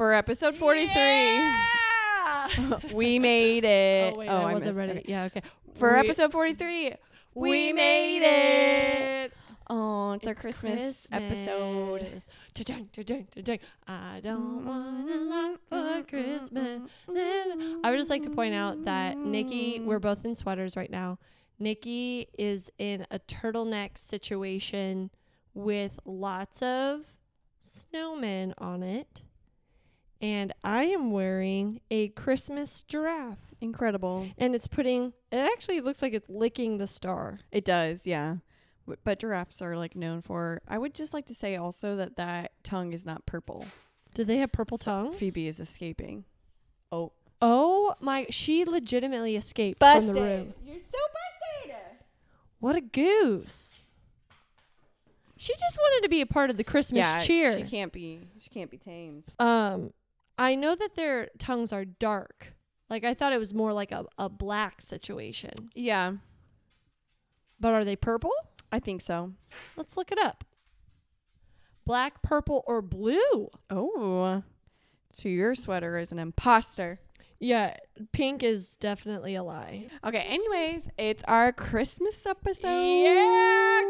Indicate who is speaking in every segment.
Speaker 1: episode 43.
Speaker 2: Yeah!
Speaker 1: we made it.
Speaker 2: oh wait, I, wasn't
Speaker 1: missed-
Speaker 2: ready.
Speaker 1: okay.
Speaker 2: Yeah, okay.
Speaker 1: For
Speaker 2: We-
Speaker 1: episode 43, we, made it. Oh, it's, our Christmas, episode.
Speaker 2: Christmas. Cha-ching, cha-ching, cha-ching. I don't want a lot for Christmas. I would just like to point out that Nikki, we're both in sweaters right now. Nikki is in a turtleneck situation with lots of snowmen on it. And I am wearing a Christmas giraffe.
Speaker 1: Incredible.
Speaker 2: And it's putting, it actually looks like it's licking the star.
Speaker 1: It does, yeah. W- But giraffes are like known for. I would just like to say also that that tongue is not purple.
Speaker 2: Do they have purple
Speaker 1: So
Speaker 2: tongues?
Speaker 1: Phoebe is escaping. Oh,
Speaker 2: Oh my! She legitimately escaped from the room.
Speaker 1: You're so busted.
Speaker 2: What a goose! She just wanted to be a part of the Christmas
Speaker 1: Yeah,
Speaker 2: cheer.
Speaker 1: She can't be. She can't be tamed.
Speaker 2: Um, I know that their tongues are dark. Like I thought it was more like a, a black situation.
Speaker 1: Yeah,
Speaker 2: But are they purple?
Speaker 1: I think so.
Speaker 2: Let's look it up. Black, purple, or blue?
Speaker 1: Oh, so your sweater is an imposter.
Speaker 2: Yeah, pink is definitely a lie.
Speaker 1: Okay. Anyways, it's our Christmas episode.
Speaker 2: yeah,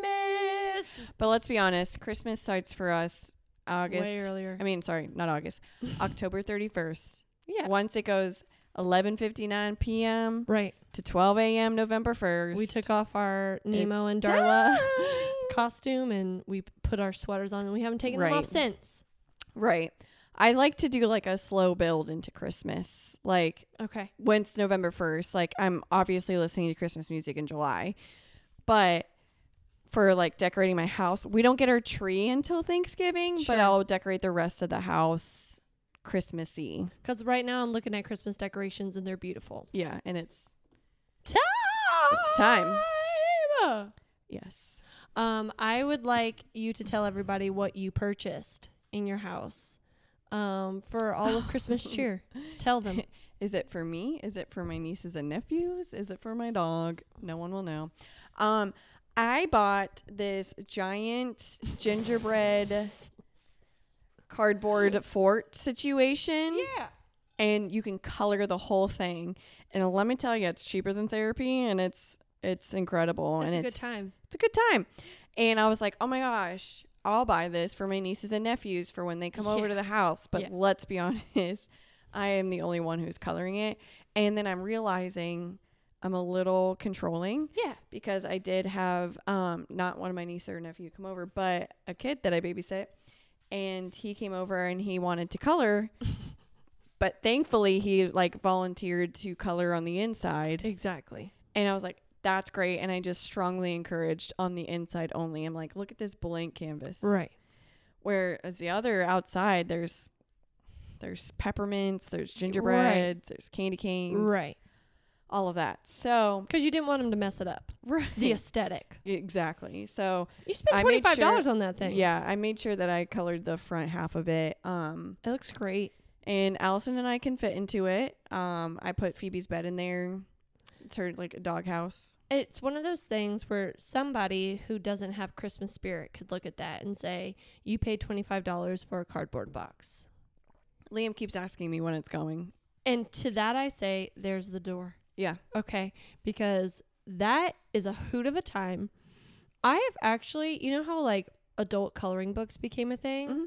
Speaker 2: Christmas.
Speaker 1: But let's be honest, Christmas starts for us August.
Speaker 2: Way earlier.
Speaker 1: I mean, sorry, not August. October 31st.
Speaker 2: yeah.
Speaker 1: Once it goes 11:59 p.m.
Speaker 2: Right.
Speaker 1: to 12 a.m. November 1st.
Speaker 2: We took off our Nemo
Speaker 1: It's
Speaker 2: and Darla
Speaker 1: time.
Speaker 2: costume and we p- put our sweaters on and we haven't taken them off
Speaker 1: Right.
Speaker 2: since.
Speaker 1: Right. I like to do like a slow build into Christmas. Like
Speaker 2: Okay.
Speaker 1: once November 1st, like I'm obviously listening to Christmas music in July. But for like decorating my house, we don't get our tree until Thanksgiving,
Speaker 2: Sure.
Speaker 1: but I'll decorate the rest of the house Christmassy.
Speaker 2: Because right now I'm looking at Christmas decorations and they're beautiful.
Speaker 1: Yeah, and it's
Speaker 2: Time!
Speaker 1: It's time. yes.
Speaker 2: Um, I would like you to tell everybody what you purchased in your house um, for all of Christmas cheer. Tell them.
Speaker 1: Is it for me? Is it for my nieces and nephews? Is it for my dog? No one will know. Um, I bought this giant gingerbread cardboard fort situation,
Speaker 2: Yeah.
Speaker 1: and you can color the whole thing. And let me tell you, it's cheaper than therapy, and it's it's incredible.
Speaker 2: That's
Speaker 1: Oh, and
Speaker 2: a good
Speaker 1: it's
Speaker 2: time.
Speaker 1: It's a good time. And I was like, oh my gosh, I'll buy this for my nieces and nephews for when they come over
Speaker 2: Yeah.
Speaker 1: to the house. But
Speaker 2: Yeah.
Speaker 1: let's be honest, I am the only one who's coloring it. And then I'm realizing I'm a little controlling
Speaker 2: Yeah.
Speaker 1: because I did have um, not one of my niece or nephew come over, but a kid that I babysit. And he came over and he wanted to color. but thankfully, he like volunteered to color on the inside.
Speaker 2: Exactly.
Speaker 1: And I was like, that's great. And I just strongly encouraged on the inside only. I'm like, look at this blank canvas.
Speaker 2: Right.
Speaker 1: Whereas the other outside, there's there's peppermints, there's gingerbreads, there's candy canes,
Speaker 2: Right.
Speaker 1: All of that. So
Speaker 2: Because you didn't want them to mess it up.
Speaker 1: right.
Speaker 2: The aesthetic.
Speaker 1: exactly. So
Speaker 2: You spent
Speaker 1: I
Speaker 2: twenty
Speaker 1: made
Speaker 2: five dollars
Speaker 1: sure-
Speaker 2: on that thing.
Speaker 1: yeah, I made sure that I colored the front half of it. Um,
Speaker 2: It looks great.
Speaker 1: and Allison and I can fit into it. Um, I put Phoebe's bed in there. It's her like a doghouse.
Speaker 2: It's one of those things where somebody who doesn't have Christmas spirit could look at that and say, "You paid twenty five dollars for a cardboard box."
Speaker 1: Liam keeps asking me when it's going.
Speaker 2: And to that I say, "There's the door."
Speaker 1: Yeah.
Speaker 2: Okay, because that is a hoot of a time. I have actually, you know how like adult coloring books became a thing?
Speaker 1: Mhm.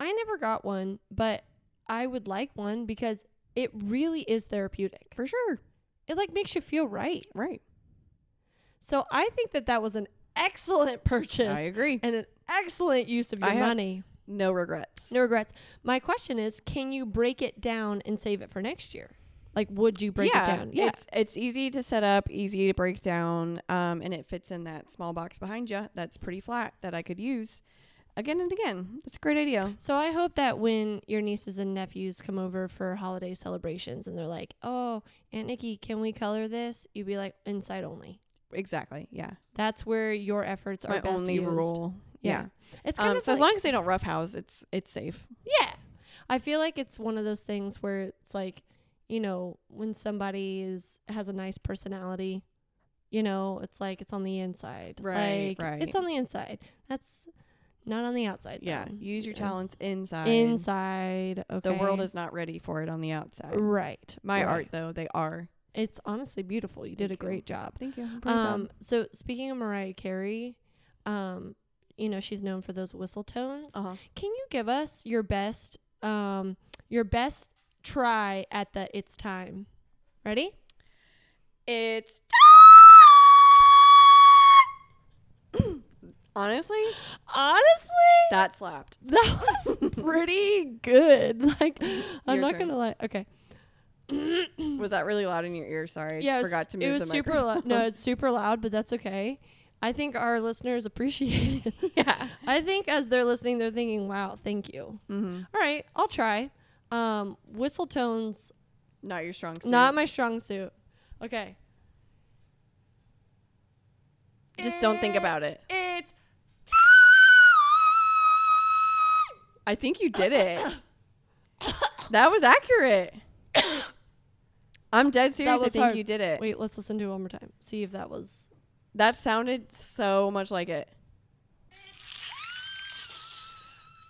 Speaker 2: I never got one, but I would like one because it really is therapeutic.
Speaker 1: For sure.
Speaker 2: It like makes you feel right.
Speaker 1: Right.
Speaker 2: So I think that that was an excellent purchase
Speaker 1: I agree.
Speaker 2: and an excellent use of your
Speaker 1: I have-
Speaker 2: money.
Speaker 1: No regrets.
Speaker 2: No regrets. My question is, can you break it down and save it for next year? Like, would you break it down? Yeah.
Speaker 1: It's it's easy to set up, easy to break down, um, and it fits in that small box behind you that's pretty flat that I could use again and again. That's a great idea.
Speaker 2: So I hope that when your nieces and nephews come over for holiday celebrations and they're like, "Oh, Aunt Nikki, can we color this?" You'd be like, "Inside only."
Speaker 1: Exactly. Yeah.
Speaker 2: That's where your efforts are
Speaker 1: My
Speaker 2: best
Speaker 1: only
Speaker 2: used.
Speaker 1: rule.
Speaker 2: Yeah.
Speaker 1: Yeah.
Speaker 2: It's kind
Speaker 1: Um,
Speaker 2: of
Speaker 1: so as
Speaker 2: like-
Speaker 1: long as they don't rough house, it's it's safe.
Speaker 2: Yeah. I feel like it's one of those things where it's like, you know, when somebody is has a nice personality, you know, it's like it's on the inside.
Speaker 1: Right,
Speaker 2: Like,
Speaker 1: right.
Speaker 2: It's on the inside. That's Not on the outside.
Speaker 1: Yeah.
Speaker 2: though.
Speaker 1: Use your
Speaker 2: Yeah.
Speaker 1: talents inside.
Speaker 2: Inside. Okay.
Speaker 1: The world is not ready for it on the outside.
Speaker 2: right.
Speaker 1: My
Speaker 2: right.
Speaker 1: art, though, they are.
Speaker 2: It's honestly beautiful. You did
Speaker 1: Thank
Speaker 2: a
Speaker 1: you.
Speaker 2: great job.
Speaker 1: Thank you. I'm proud of them.
Speaker 2: Um, so speaking of Mariah Carey, um, you know she's known for those whistle tones.
Speaker 1: Uh-huh.
Speaker 2: Can you give us your best, um, your best try at the "It's Time"? Ready?
Speaker 1: It's honestly
Speaker 2: Honestly,
Speaker 1: that slapped.
Speaker 2: that was pretty good. Like, I'm
Speaker 1: Your
Speaker 2: not
Speaker 1: turn.
Speaker 2: gonna lie. Okay.
Speaker 1: Was that really loud in your ear? Sorry, I
Speaker 2: yeah, it was-
Speaker 1: forgot to
Speaker 2: it
Speaker 1: move
Speaker 2: was
Speaker 1: the
Speaker 2: super
Speaker 1: microphone.
Speaker 2: loud. No, it's super loud, but that's okay. I think our listeners appreciate it.
Speaker 1: yeah.
Speaker 2: I think as they're listening, they're thinking, "Wow, thank you."
Speaker 1: Mm-hmm.
Speaker 2: All right, I'll try. Um, whistle tones,
Speaker 1: Not your strong suit.
Speaker 2: not my strong suit. Okay.
Speaker 1: Just don't think about it.
Speaker 2: It's
Speaker 1: I think you did it. that was accurate. I'm dead serious. I
Speaker 2: was
Speaker 1: think
Speaker 2: hard.
Speaker 1: you did it.
Speaker 2: wait. Let's listen to it one more time. See if that was.
Speaker 1: That sounded so much like it.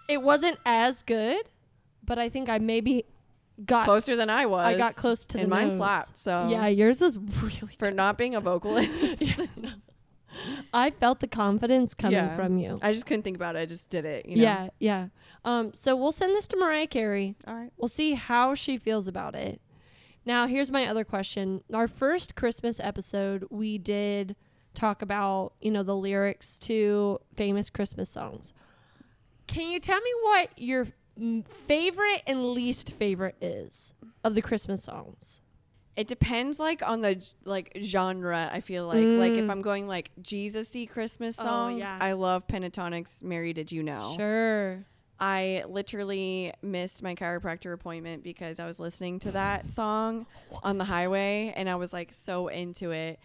Speaker 2: It wasn't as good, but I think I maybe got.
Speaker 1: Closer than I was.
Speaker 2: I got close to
Speaker 1: and
Speaker 2: the
Speaker 1: mine
Speaker 2: notes.
Speaker 1: slapped. So
Speaker 2: Yeah, yours was really.
Speaker 1: for not being a vocalist,
Speaker 2: I felt the confidence coming
Speaker 1: Yeah.
Speaker 2: from you.
Speaker 1: I just couldn't think about it. I just did it. You know?
Speaker 2: Yeah, yeah. Um, so we'll send this to Mariah Carey.
Speaker 1: All right.
Speaker 2: We'll see how she feels about it. Now, here's my other question. Our first Christmas episode, we did talk about, you know, the lyrics to famous Christmas songs. Can you tell me what your mm, favorite and least favorite is of the Christmas songs?
Speaker 1: It depends like on the like genre, I feel like. Like if I'm going like Jesus y Christmas
Speaker 2: Mm. Oh,
Speaker 1: songs,
Speaker 2: yeah.
Speaker 1: I love Pentatonic's Mary Did You Know.
Speaker 2: Sure.
Speaker 1: I literally missed my chiropractor appointment because I was listening to that song on the highway and I was like so into it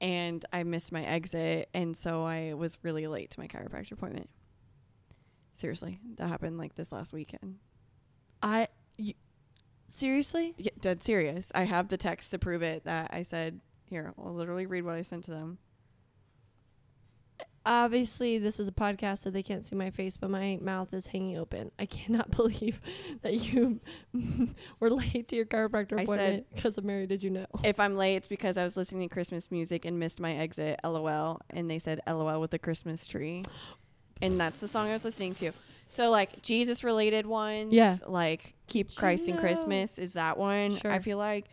Speaker 1: and I missed my exit and so I was really late to my chiropractor appointment. Seriously, that happened like this last weekend.
Speaker 2: I you, seriously?
Speaker 1: Yeah, dead serious. I have the text to prove it that I said, here, I'll literally read what I sent to them.
Speaker 2: Obviously, this is a podcast, so they can't see my face, but my mouth is hanging open. I cannot believe that you were late to your chiropractor
Speaker 1: I said-
Speaker 2: appointment because of Mary. Did you know?
Speaker 1: If I'm late, it's because I was listening to Christmas music and missed my exit, lol. And they said, lol with the Christmas tree. And that's the song I was listening to. So, like, Jesus related ones.
Speaker 2: Yeah.
Speaker 1: Like, Keep
Speaker 2: Did you
Speaker 1: Christ in
Speaker 2: know?
Speaker 1: Christmas is that one, I
Speaker 2: Sure.
Speaker 1: feel like.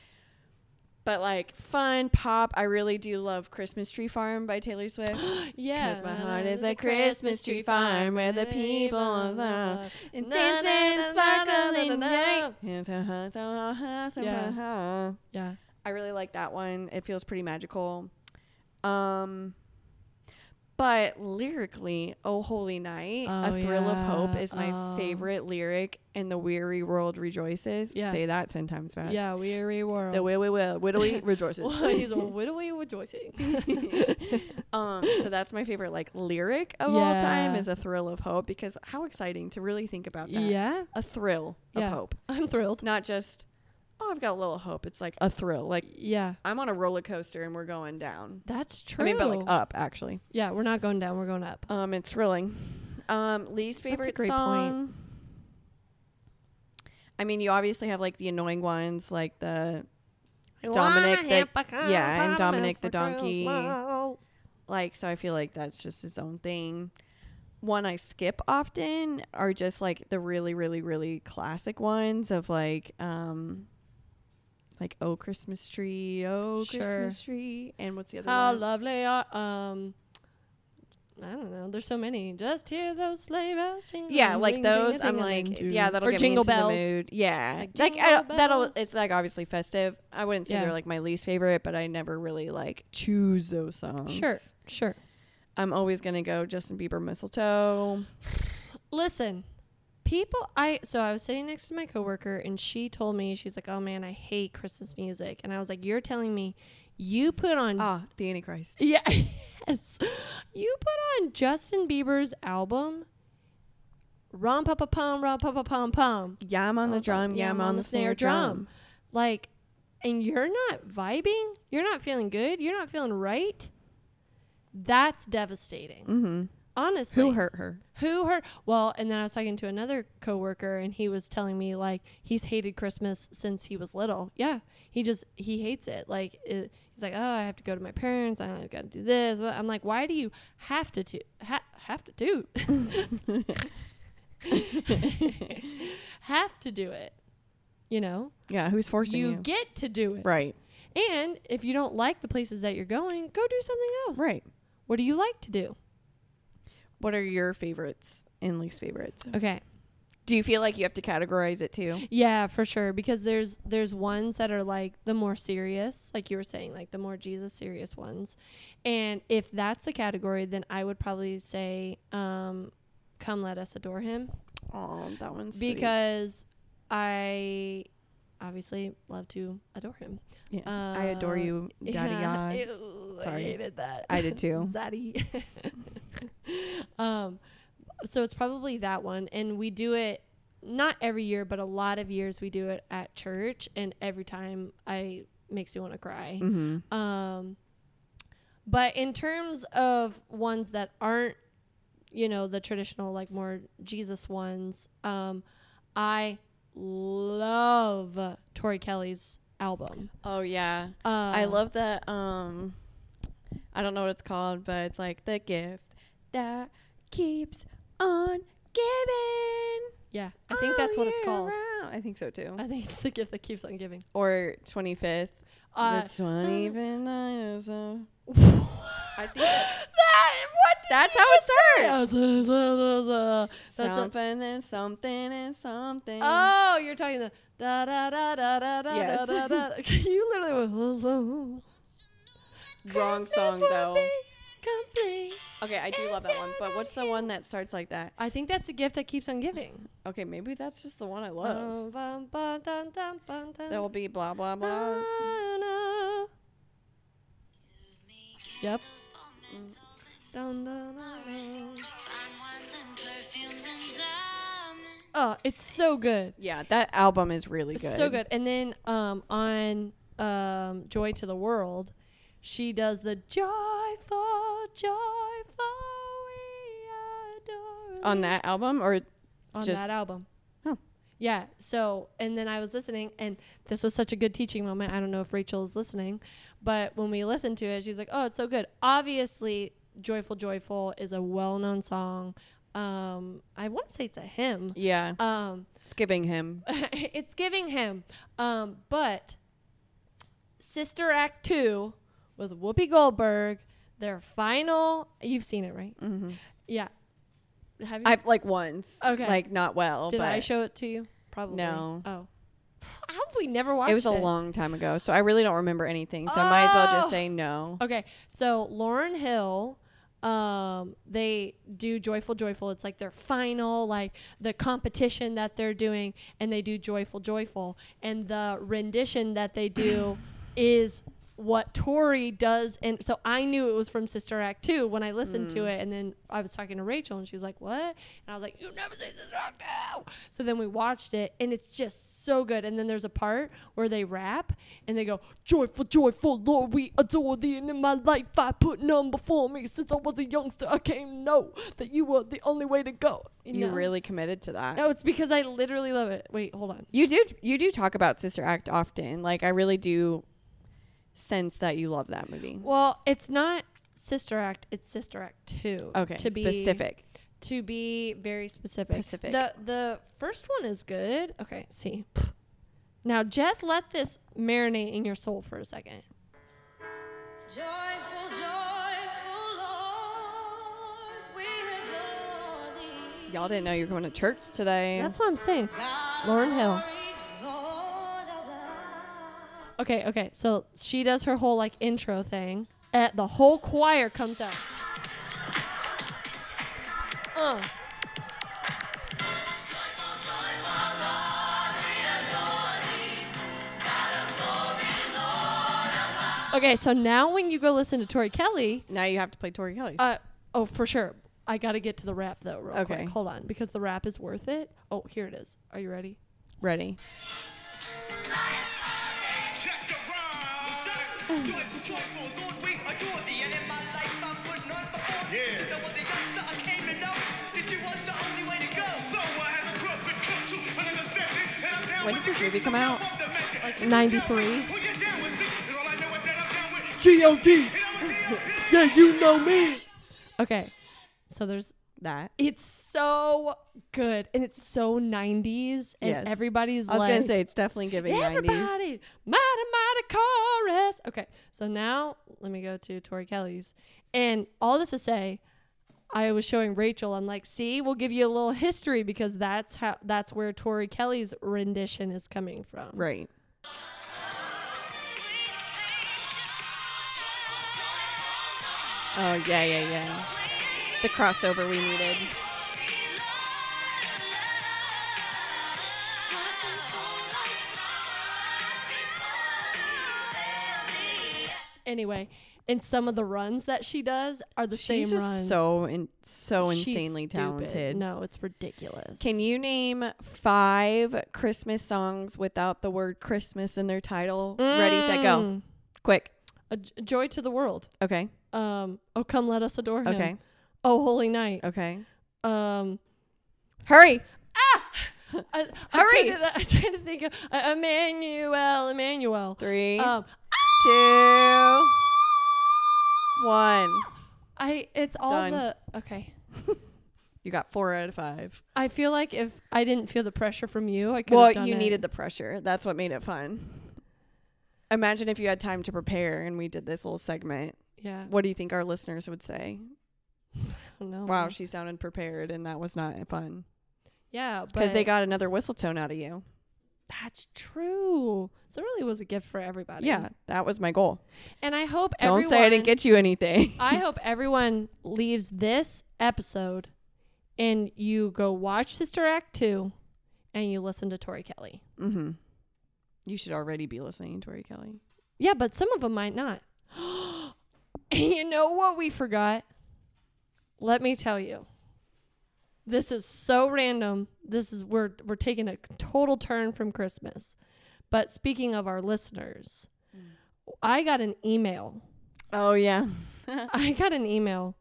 Speaker 1: But, like, fun pop. I really do love Christmas Tree Farm by Taylor Swift.
Speaker 2: Yeah.
Speaker 1: Cause my heart is a Christmas tree farm where the people are and dancing, sparkling night. And so hot, so hot, so uh-huh.
Speaker 2: Yeah.
Speaker 1: hot.
Speaker 2: Yeah.
Speaker 1: I really like that one. It feels pretty magical. Um but lyrically, Oh Holy Night, A
Speaker 2: Oh,
Speaker 1: Thrill
Speaker 2: yeah.
Speaker 1: of Hope is my
Speaker 2: Oh.
Speaker 1: favorite lyric and the weary world rejoices.
Speaker 2: Yeah.
Speaker 1: Say that 10 times fast.
Speaker 2: Yeah. Weary world.
Speaker 1: The weary world widowy rejoices.
Speaker 2: well, he's a widowy rejoicing.
Speaker 1: um so that's my favorite like lyric of all time
Speaker 2: Yeah.
Speaker 1: is A Thrill of Hope because how exciting to really think about that.
Speaker 2: yeah.
Speaker 1: A thrill
Speaker 2: Yeah.
Speaker 1: of hope.
Speaker 2: I'm thrilled.
Speaker 1: Not just oh, I've got a little hope. It's like a thrill. Like
Speaker 2: Yeah.
Speaker 1: I'm on a roller coaster and we're going down.
Speaker 2: That's true.
Speaker 1: I mean, but like up actually.
Speaker 2: yeah, we're not going down. We're going up.
Speaker 1: Um, it's thrilling. Um, least
Speaker 2: That's a
Speaker 1: favorite
Speaker 2: great point.
Speaker 1: song. I mean, you obviously have like the annoying ones, like the Dominic the- yeah, and Dominic the donkey. like. So I feel like that's just his own thing. One I skip often are just like the really, really, really classic ones of like, um, like oh Christmas tree, oh
Speaker 2: Sure.
Speaker 1: Christmas tree, and what's the other
Speaker 2: How
Speaker 1: one?
Speaker 2: lovely are um. I don't know. There's so many. Just hear those sleigh bells. sing
Speaker 1: Yeah,
Speaker 2: along,
Speaker 1: like
Speaker 2: ring, jingle,
Speaker 1: those. I'm
Speaker 2: ding, a
Speaker 1: like,
Speaker 2: ding,
Speaker 1: yeah,
Speaker 2: doo.
Speaker 1: that'll
Speaker 2: or
Speaker 1: get
Speaker 2: jingle
Speaker 1: me into
Speaker 2: bells.
Speaker 1: the mood. Yeah,
Speaker 2: Like
Speaker 1: like, I
Speaker 2: jingle
Speaker 1: don't, that'll.
Speaker 2: bells.
Speaker 1: It's like obviously festive. I wouldn't say
Speaker 2: Yeah.
Speaker 1: they're like my least favorite, but I never really like choose those songs.
Speaker 2: Sure, sure.
Speaker 1: I'm always gonna go Justin Bieber mistletoe.
Speaker 2: Listen, people. I so I was sitting next to my coworker, and she told me she's like, "Oh man, I hate Christmas music," and I was like, "You're telling me you put on
Speaker 1: Ah, the Antichrist.
Speaker 2: Yeah. Yes. You put on Justin Bieber's album. Rom pa pa pom, rom pa pa pom pom.
Speaker 1: Yeah, I'm on the
Speaker 2: Rom,
Speaker 1: drum. Yeah, I'm on the snare drum.
Speaker 2: Like, and you're not vibing. You're not feeling good. You're not feeling right. That's devastating.
Speaker 1: Mm-hmm.
Speaker 2: honestly
Speaker 1: Who hurt her?
Speaker 2: who hurt well and then i was talking to another coworker and he was telling me like he's hated christmas since he was little yeah he just he hates it like it, he's like oh i have to go to my parents i gotta do this But i'm like why do you have to to ha- have to do have to do it you know
Speaker 1: Yeah, who's forcing you?
Speaker 2: you get to do it
Speaker 1: right,
Speaker 2: and if you don't like the places that you're going go do something else
Speaker 1: right.
Speaker 2: what do you like to do
Speaker 1: What are your favorites and least favorites?
Speaker 2: okay
Speaker 1: Do you feel like you have to categorize it too?
Speaker 2: Yeah, for sure. Because there's there's ones that are like the more serious, like you were saying, like the more Jesus serious ones. And if that's the category, then I would probably say, um, "Come, let us adore Him,"
Speaker 1: Oh, that one's sweet.
Speaker 2: because I obviously love to adore Him.
Speaker 1: yeah. I adore
Speaker 2: uh,
Speaker 1: you, Daddy. Yah.
Speaker 2: Yeah. Ew,
Speaker 1: Sorry.
Speaker 2: I hated that.
Speaker 1: I did too.
Speaker 2: Zaddy. um, so it's probably that one, and we do it not every year, but a lot of years we do it at church, and every time I makes me want to cry.
Speaker 1: Mm-hmm.
Speaker 2: Um, but in terms of ones that aren't, you know, the traditional like more Jesus ones, um, I love Tori Kelly's album.
Speaker 1: Oh yeah,
Speaker 2: Uh,
Speaker 1: I love the um, I don't know what it's called, but it's like the gift that keeps on giving.
Speaker 2: Yeah, I think that's
Speaker 1: all
Speaker 2: what it's
Speaker 1: year
Speaker 2: called.
Speaker 1: round. I think so too.
Speaker 2: I think it's the gift that keeps on giving.
Speaker 1: Or twenty fifth.
Speaker 2: Uh,
Speaker 1: this one even I know so. I think
Speaker 2: that what?
Speaker 1: that's how it starts.
Speaker 2: That's a, that's a,
Speaker 1: something and something and something.
Speaker 2: oh, you're talking the da da da da da da da
Speaker 1: Yes.
Speaker 2: da da. You literally went.
Speaker 1: Wrong
Speaker 2: Christmas
Speaker 1: song
Speaker 2: will
Speaker 1: though.
Speaker 2: be complete.
Speaker 1: Okay, I do love that one. But what's the one that starts like that?
Speaker 2: I think that's the gift that keeps on giving.
Speaker 1: Okay, maybe that's just the one I love.
Speaker 2: Bum, bum, bum, dum, dum, bum, dum,
Speaker 1: There will be blah blah
Speaker 2: na,
Speaker 1: blahs.
Speaker 2: na. Yep.
Speaker 3: Mm.
Speaker 2: Dun, dun, dun, dun.
Speaker 3: Fine wines and perfumes and diamonds.
Speaker 2: Oh, it's so good.
Speaker 1: Yeah, that album is really good.
Speaker 2: It's so good. And then um, on um, Joy to the World, she does the joyful, joyful, we adore.
Speaker 1: On that album or
Speaker 2: on
Speaker 1: Uh, just-
Speaker 2: that album.
Speaker 1: Huh.
Speaker 2: Yeah. So, and then I was listening, and this was such a good teaching moment. I don't know if Rachel is listening, but when we listened to it, she's like, "Oh, it's so good." Obviously, "Joyful, Joyful" is a well-known song. Um, I want to say it's a hymn.
Speaker 1: yeah,
Speaker 2: Um,
Speaker 1: skipping him.
Speaker 2: it's giving him. Um, but Sister Act Two with Whoopi Goldberg, their final. You've seen it, right?
Speaker 1: hmm
Speaker 2: Yeah. Have you?
Speaker 1: I've like once.
Speaker 2: Okay.
Speaker 1: Like not well,
Speaker 2: Did
Speaker 1: but
Speaker 2: I show it to you? Probably.
Speaker 1: No.
Speaker 2: Oh. How have we never watched it?
Speaker 1: it was a long time ago, so I really don't remember anything. So I might as well just
Speaker 2: Oh.
Speaker 1: say no.
Speaker 2: Okay. So Lauren Hill, um, they do Joyful Joyful. It's like their final, like the competition that they're doing, and they do Joyful Joyful. And the rendition that they do is what Tori does. And so I knew it was from Sister Act 2 when I listened to it. And then I was talking to Rachel, and she was like, What? And I was like, You never seen Sister Act 2. So then we watched it, and it's just so good. And then there's a part where they rap and they go, Joyful, joyful, Lord, we adore thee. And in my life, I put none before me. Since I was a youngster, I came to know that you were the only way to go.
Speaker 1: You
Speaker 2: know?
Speaker 1: really committed to that.
Speaker 2: No, it's because I literally love it. Wait, hold on.
Speaker 1: You do you do talk about Sister Act often. Like I really do sense that you love that movie.
Speaker 2: Well, it's not Sister Act, it's Sister Act 2.
Speaker 1: Okay,
Speaker 2: To be
Speaker 1: specific.
Speaker 2: To be very specific.
Speaker 1: Specific.
Speaker 2: The the first one is good. Okay, see. Now just let this marinate in your soul for a second.
Speaker 3: Joyful, joyful Lord, we adore thee.
Speaker 1: Y'all didn't know you were going to church today.
Speaker 2: That's what I'm saying.
Speaker 3: God
Speaker 2: Lauryn Hill.
Speaker 3: glory, Lord of love.
Speaker 2: Okay, okay. So she does her whole like intro thing. Uh, the whole choir comes out. Uh. Okay, so now when you go listen to Tori Kelly,
Speaker 1: now you have to play Tori Kelly.
Speaker 2: uh, oh for sure. I gotta get to the rap though, real
Speaker 1: Okay.
Speaker 2: quick. Hold on, because the rap is worth it. Oh, here it is. Are you ready?
Speaker 1: Ready?
Speaker 4: Check the rhyme.
Speaker 5: Joyful, joyful, Lord, we adore thee, and in my life I put none before
Speaker 4: To
Speaker 5: Yeah.
Speaker 4: know what the youngster I came to know that you was the only way to go.
Speaker 5: So I had a club and come to an understanding, and I'm down
Speaker 1: When
Speaker 5: with
Speaker 1: did
Speaker 5: the
Speaker 1: this movie
Speaker 5: kicks,
Speaker 1: come
Speaker 5: so
Speaker 1: out?
Speaker 5: I'm up to make it.
Speaker 1: Like
Speaker 5: You tell me
Speaker 1: 93?
Speaker 5: who you down with, see? And all I know is that I'm down with it.
Speaker 1: G.O.D.
Speaker 5: And I'm a G.O.D..
Speaker 1: Yeah, you know me.
Speaker 2: Okay. So there's
Speaker 1: That.
Speaker 2: it's so good and it's so 90s and
Speaker 1: Yes.
Speaker 2: everybody's
Speaker 1: I was
Speaker 2: like
Speaker 1: gonna say it's definitely giving nineties.
Speaker 2: everybody mighty mighty chorus. Okay. So now let me go to Tori Kelly's. And all this to say I was showing Rachel I'm like, "See, we'll give you a little history because that's how that's where Tori Kelly's rendition is coming from."
Speaker 1: Right. Oh yeah, yeah, yeah. The crossover we needed.
Speaker 2: Anyway, and some of the runs that she does are the
Speaker 1: She's
Speaker 2: same
Speaker 1: just
Speaker 2: runs.
Speaker 1: so in, so
Speaker 2: She's
Speaker 1: insanely
Speaker 2: stupid.
Speaker 1: talented.
Speaker 2: No, it's ridiculous.
Speaker 1: Can you name five Christmas songs without the word Christmas in their title? Ready, set,
Speaker 2: Mm.
Speaker 1: go. Quick.
Speaker 2: A J- joy to the world.
Speaker 1: Okay.
Speaker 2: Um, oh come let us adore him.
Speaker 1: Okay. Oh.
Speaker 2: Oh holy night.
Speaker 1: Okay.
Speaker 2: Um,
Speaker 1: Hurry.
Speaker 2: I,
Speaker 1: Hurry!
Speaker 2: I'm trying to, I'm trying to think of uh, Emmanuel. Emmanuel.
Speaker 1: Three, two, one.
Speaker 2: Um, I it's all
Speaker 1: Done.
Speaker 2: the okay.
Speaker 1: You got four out of five.
Speaker 2: I feel like if I didn't feel the pressure from you, I could.
Speaker 1: Well,
Speaker 2: have done
Speaker 1: you
Speaker 2: it.
Speaker 1: needed the pressure. That's what made it fun. Imagine if you had time to prepare and we did this little segment.
Speaker 2: yeah.
Speaker 1: What do you think our listeners would say?
Speaker 2: No.
Speaker 1: Wow, she sounded prepared and that was not fun.
Speaker 2: Yeah,
Speaker 1: Because
Speaker 2: but
Speaker 1: they got another whistle tone out of you.
Speaker 2: that's true. So it really was a gift for everybody.
Speaker 1: Yeah, that was my goal.
Speaker 2: and I hope
Speaker 1: Don't
Speaker 2: everyone.
Speaker 1: say I didn't get you anything.
Speaker 2: I hope everyone leaves this episode and you go watch Sister Act 2 and you listen to Tori Kelly.
Speaker 1: Mm-hmm. You should already be listening to Tori Kelly.
Speaker 2: Yeah, but some of them might not. you know what we forgot? Let me tell you. This is so random. This is we're we're taking a total turn from Christmas. But speaking of our listeners, I got an email
Speaker 1: Oh yeah.
Speaker 2: I got an email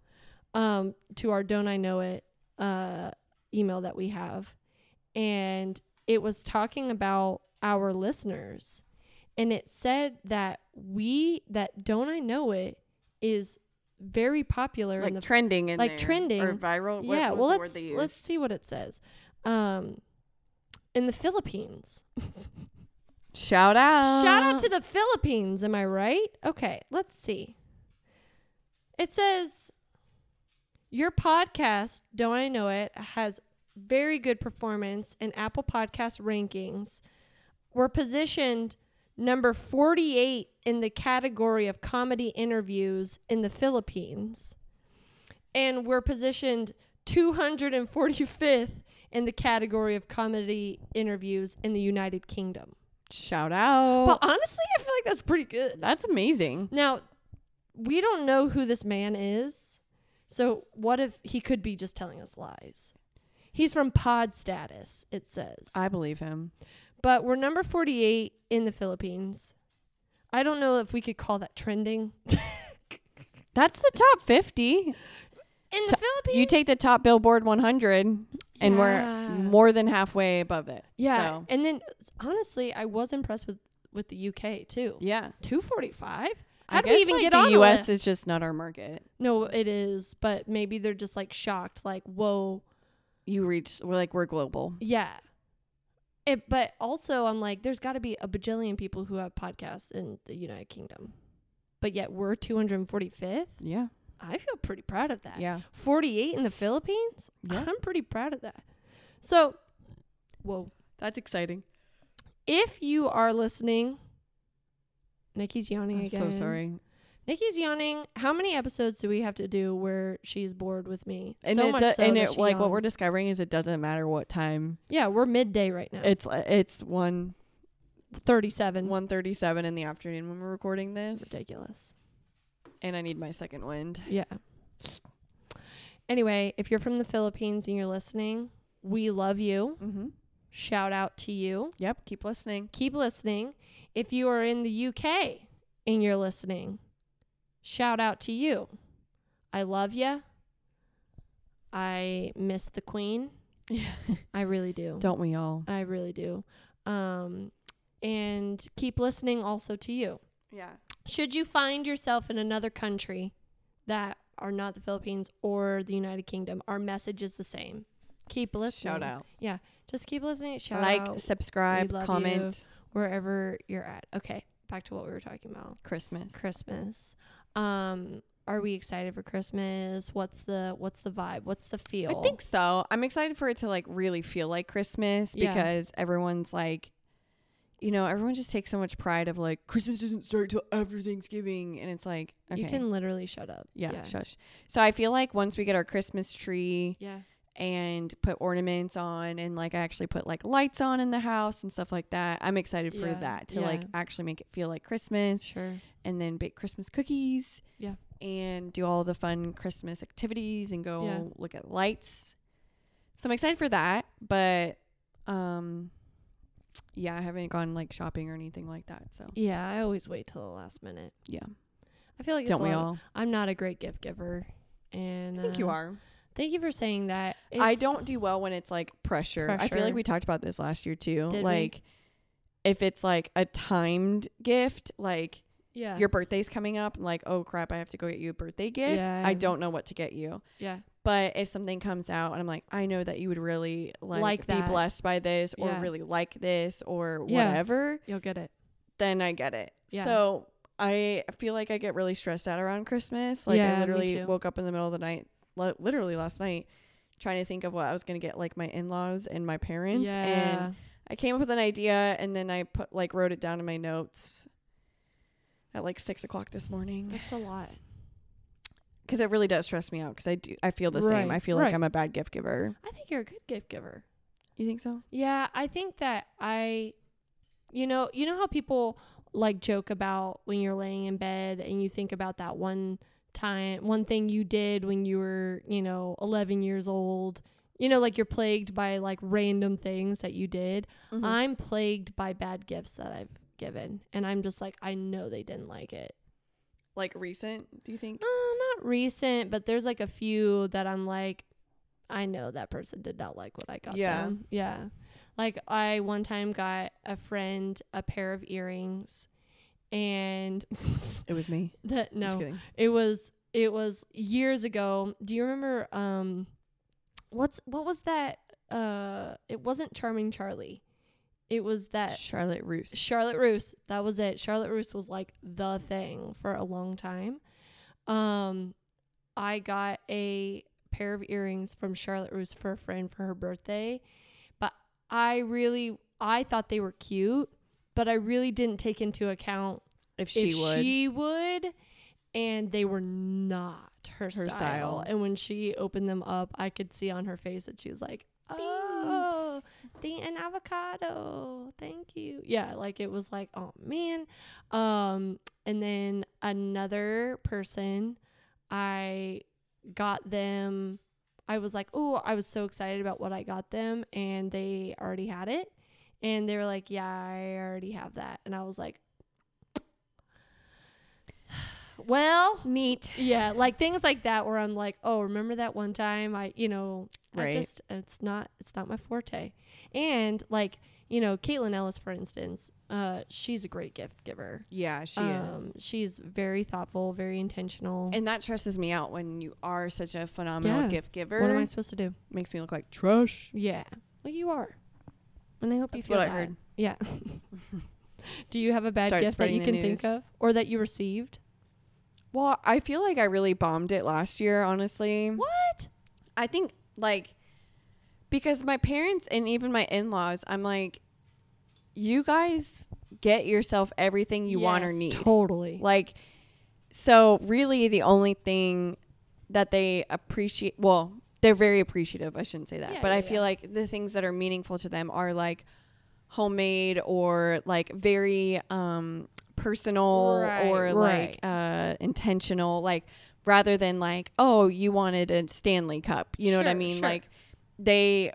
Speaker 2: um, to our Don't I Know It uh, email that we have. And it was talking about our listeners. And it said that we, that Don't I Know It is very popular in
Speaker 1: like
Speaker 2: the
Speaker 1: trending in
Speaker 2: like
Speaker 1: there.
Speaker 2: trending.
Speaker 1: or viral. What
Speaker 2: yeah,
Speaker 1: was
Speaker 2: well,
Speaker 1: the
Speaker 2: let's
Speaker 1: word they
Speaker 2: let's
Speaker 1: used?
Speaker 2: see what it says. Um, in the Philippines,
Speaker 1: shout out.
Speaker 2: Shout out to the Philippines, am I right? Okay, let's see. It says your podcast, Don't I Know It, has very good performance in Apple Podcast rankings. We're positioned number 48 in the category of comedy interviews in the Philippines. And we're positioned 245th in the category of comedy interviews in the United Kingdom.
Speaker 1: shout out.
Speaker 2: But honestly, I feel like that's pretty good.
Speaker 1: That's amazing.
Speaker 2: Now, we don't know who this man is. So what if he could be just telling us lies? He's from Pod Status, it says.
Speaker 1: I believe him.
Speaker 2: but we're number 48 in the Philippines. I don't know if we could call that trending. in
Speaker 1: That's the top fifty.
Speaker 2: the
Speaker 1: So,
Speaker 2: Philippines?
Speaker 1: You take the top Billboard 100, and
Speaker 2: Yeah.
Speaker 1: we're more than halfway above it.
Speaker 2: Yeah.
Speaker 1: So,
Speaker 2: And then honestly, I was impressed with with the UK too.
Speaker 1: yeah.
Speaker 2: 245?
Speaker 1: I
Speaker 2: How do we
Speaker 1: guess,
Speaker 2: even
Speaker 1: like,
Speaker 2: get
Speaker 1: the
Speaker 2: on
Speaker 1: U.S.
Speaker 2: list?
Speaker 1: is just not our market.
Speaker 2: No, it is, but maybe they're just like shocked like, "Whoa,
Speaker 1: You reach. We're like we're global.
Speaker 2: Yeah. It, but also, I'm like, there's got to be a bajillion people who have podcasts in the United Kingdom, but yet we're 245th.
Speaker 1: Yeah.
Speaker 2: I feel pretty proud of that.
Speaker 1: Yeah.
Speaker 2: 48 in the Philippines.
Speaker 1: Yeah.
Speaker 2: I'm pretty proud of that. So, whoa.
Speaker 1: That's exciting.
Speaker 2: If you are listening, Nikki's yawning
Speaker 1: I'm
Speaker 2: again.
Speaker 1: so sorry.
Speaker 2: Nikki's yawning. How many episodes do we have to do where she's bored with me?
Speaker 1: And
Speaker 2: so
Speaker 1: it
Speaker 2: much
Speaker 1: do-
Speaker 2: so
Speaker 1: and
Speaker 2: that
Speaker 1: it
Speaker 2: she
Speaker 1: like what we're
Speaker 2: yawns.
Speaker 1: discovering is it doesn't matter what time.
Speaker 2: yeah, we're midday right now.
Speaker 1: It's uh, it's one
Speaker 2: 37.
Speaker 1: one thirty seven in the afternoon when we're recording this,
Speaker 2: ridiculous.
Speaker 1: and I need my second wind.
Speaker 2: Yeah. Anyway, if you're from the Philippines and you're listening, we love you.
Speaker 1: Mm-hmm.
Speaker 2: Shout out to you.
Speaker 1: Yep. Keep listening.
Speaker 2: Keep listening. If you are in the UK and you're listening, shout out to you. I love you. I miss the Queen. I really do.
Speaker 1: Don't we all?
Speaker 2: I really do. Um, and keep listening also to you.
Speaker 1: Yeah.
Speaker 2: Should you find yourself in another country that are not the Philippines or the United Kingdom, our message is the same. Keep listening.
Speaker 1: Shout out.
Speaker 2: Yeah. Just keep listening. Shout
Speaker 1: like,
Speaker 2: out
Speaker 1: subscribe,
Speaker 2: We love
Speaker 1: comment,
Speaker 2: wherever you're at. Okay. Back to what we were talking about.
Speaker 1: Christmas.
Speaker 2: Christmas. Um, are we excited for Christmas? What's the what's the vibe? What's the feel?
Speaker 1: I think so. I'm excited for it to like really feel like Christmas
Speaker 2: Yeah.
Speaker 1: because everyone's like, you know, everyone just takes so much pride of like Christmas doesn't start till after Thanksgiving, and it's like okay,
Speaker 2: you can literally shut up.
Speaker 1: yeah,
Speaker 2: Yeah.
Speaker 1: shush. So I feel like once we get our Christmas tree
Speaker 2: yeah.
Speaker 1: and put ornaments on, and like I actually put like lights on in the house and stuff like that, I'm excited for
Speaker 2: Yeah,
Speaker 1: that to
Speaker 2: yeah.
Speaker 1: like actually make it feel like Christmas
Speaker 2: Sure.
Speaker 1: and then bake Christmas cookies.
Speaker 2: Yeah.
Speaker 1: And do all the fun Christmas activities and go
Speaker 2: Yeah.
Speaker 1: look at lights. So I'm excited for that, but um yeah, I haven't gone like shopping or anything like that. So
Speaker 2: Yeah, I always wait till the last minute.
Speaker 1: yeah.
Speaker 2: I feel like it's
Speaker 1: Don't
Speaker 2: a
Speaker 1: we
Speaker 2: lot of-
Speaker 1: all?
Speaker 2: I'm not a great gift giver, and
Speaker 1: I think you
Speaker 2: uh,
Speaker 1: are.
Speaker 2: Thank you for saying that.
Speaker 1: I
Speaker 2: It's-
Speaker 1: don't do well when it's like pressure. I feel
Speaker 2: Pressure.
Speaker 1: like we talked about this last year too.
Speaker 2: Did we?
Speaker 1: like if it's like a timed gift, like
Speaker 2: Yeah.
Speaker 1: your birthday's coming up and like, oh crap, I have to go get you a birthday gift.
Speaker 2: Yeah,
Speaker 1: I
Speaker 2: I-
Speaker 1: don't know what to get you.
Speaker 2: yeah.
Speaker 1: But if something comes out and I'm like, I know that you would really like,
Speaker 2: Like
Speaker 1: be
Speaker 2: that.
Speaker 1: blessed by this or
Speaker 2: Yeah.
Speaker 1: really like this or
Speaker 2: Yeah.
Speaker 1: whatever,
Speaker 2: You'll get it.
Speaker 1: then I get it.
Speaker 2: Yeah.
Speaker 1: So I feel like I get really stressed out around Christmas. Like
Speaker 2: Yeah,
Speaker 1: I
Speaker 2: me
Speaker 1: literally
Speaker 2: too.
Speaker 1: woke up in the middle of the night, li- literally last night, trying to think of what I was going to get like my in-laws and my parents
Speaker 2: yeah.
Speaker 1: and I came up with an idea and then I put like wrote it down in my notes at like six o'clock this morning
Speaker 2: That's a lot.
Speaker 1: because it really does stress me out because I do I feel the same
Speaker 2: Right,
Speaker 1: I feel like
Speaker 2: right.
Speaker 1: I'm a bad gift giver
Speaker 2: I think you're a good gift giver.
Speaker 1: you think so
Speaker 2: Yeah, I think that I, you know, you know how people like joke about when you're laying in bed and you think about that one time, one thing you did when you were, you know, 11 years old. You know, like you're plagued by like random things that you did.
Speaker 1: Mhm.
Speaker 2: I'm plagued by bad gifts that I've given, and I'm just like, I know they didn't like it.
Speaker 1: like recent do you think
Speaker 2: Oh, not recent, but there's like a few that I'm like, I know that person did not like what I got.
Speaker 1: Yeah.
Speaker 2: them. Yeah. Like I one time got a friend a pair of earrings and
Speaker 1: it was me
Speaker 2: that
Speaker 1: just
Speaker 2: no.
Speaker 1: kidding
Speaker 2: It was it was years ago. Do you remember um what's what was that uh it wasn't Charming Charlie. It was that
Speaker 1: Charlotte Roos
Speaker 2: Charlotte Roos. That was it. Charlotte Roos was like the thing for a long time. Um, I got a pair of earrings from Charlotte Roos for a friend for her birthday, but I really I thought they were cute, but I really didn't take into account
Speaker 1: if she
Speaker 2: if
Speaker 1: would
Speaker 2: she would, and they were not her, style.
Speaker 1: style.
Speaker 2: And when she opened them up, I could see on her face that she was like, "Oh, the an avocado, thank you." Yeah, like it was like, "Oh man." Um, and then another person, I got them. I was like, "Oh, I was so excited about what I got them," and they already had it. And they were like, "Yeah, I already have that," and I was like, well
Speaker 1: neat
Speaker 2: yeah like things like that where i'm like oh remember that one time i you know
Speaker 1: Right.
Speaker 2: i just it's not it's not my forte and like you know caitlin ellis for instance uh she's a great gift giver Um,
Speaker 1: yeah she is
Speaker 2: she's very thoughtful very intentional
Speaker 1: and that stresses me out when you are such a phenomenal
Speaker 2: Yeah.
Speaker 1: gift giver
Speaker 2: what am i supposed to do
Speaker 1: makes me look like trash
Speaker 2: yeah well you are and i hope
Speaker 1: That's
Speaker 2: you feel
Speaker 1: what I
Speaker 2: that.
Speaker 1: heard.
Speaker 2: yeah do you have a bad
Speaker 1: Start
Speaker 2: gift that
Speaker 1: spreading
Speaker 2: you
Speaker 1: the
Speaker 2: can think
Speaker 1: news.
Speaker 2: of or that you received
Speaker 1: well I feel like I really bombed it last year honestly
Speaker 2: what
Speaker 1: I think like because my parents and even my in-laws I'm like you guys get yourself everything you want or
Speaker 2: Yes,
Speaker 1: need
Speaker 2: totally
Speaker 1: Like, so really, the only thing that they appreciate, well, they're very appreciative. I shouldn't say that,
Speaker 2: Yeah,
Speaker 1: but I
Speaker 2: yeah,
Speaker 1: feel
Speaker 2: yeah.
Speaker 1: like the things that are meaningful to them are like homemade or like very um, personal
Speaker 2: Right,
Speaker 1: or like uh, intentional, like rather than like, oh, you wanted a Stanley Cup. You know what I
Speaker 2: Sure,
Speaker 1: mean?
Speaker 2: sure.
Speaker 1: Like, they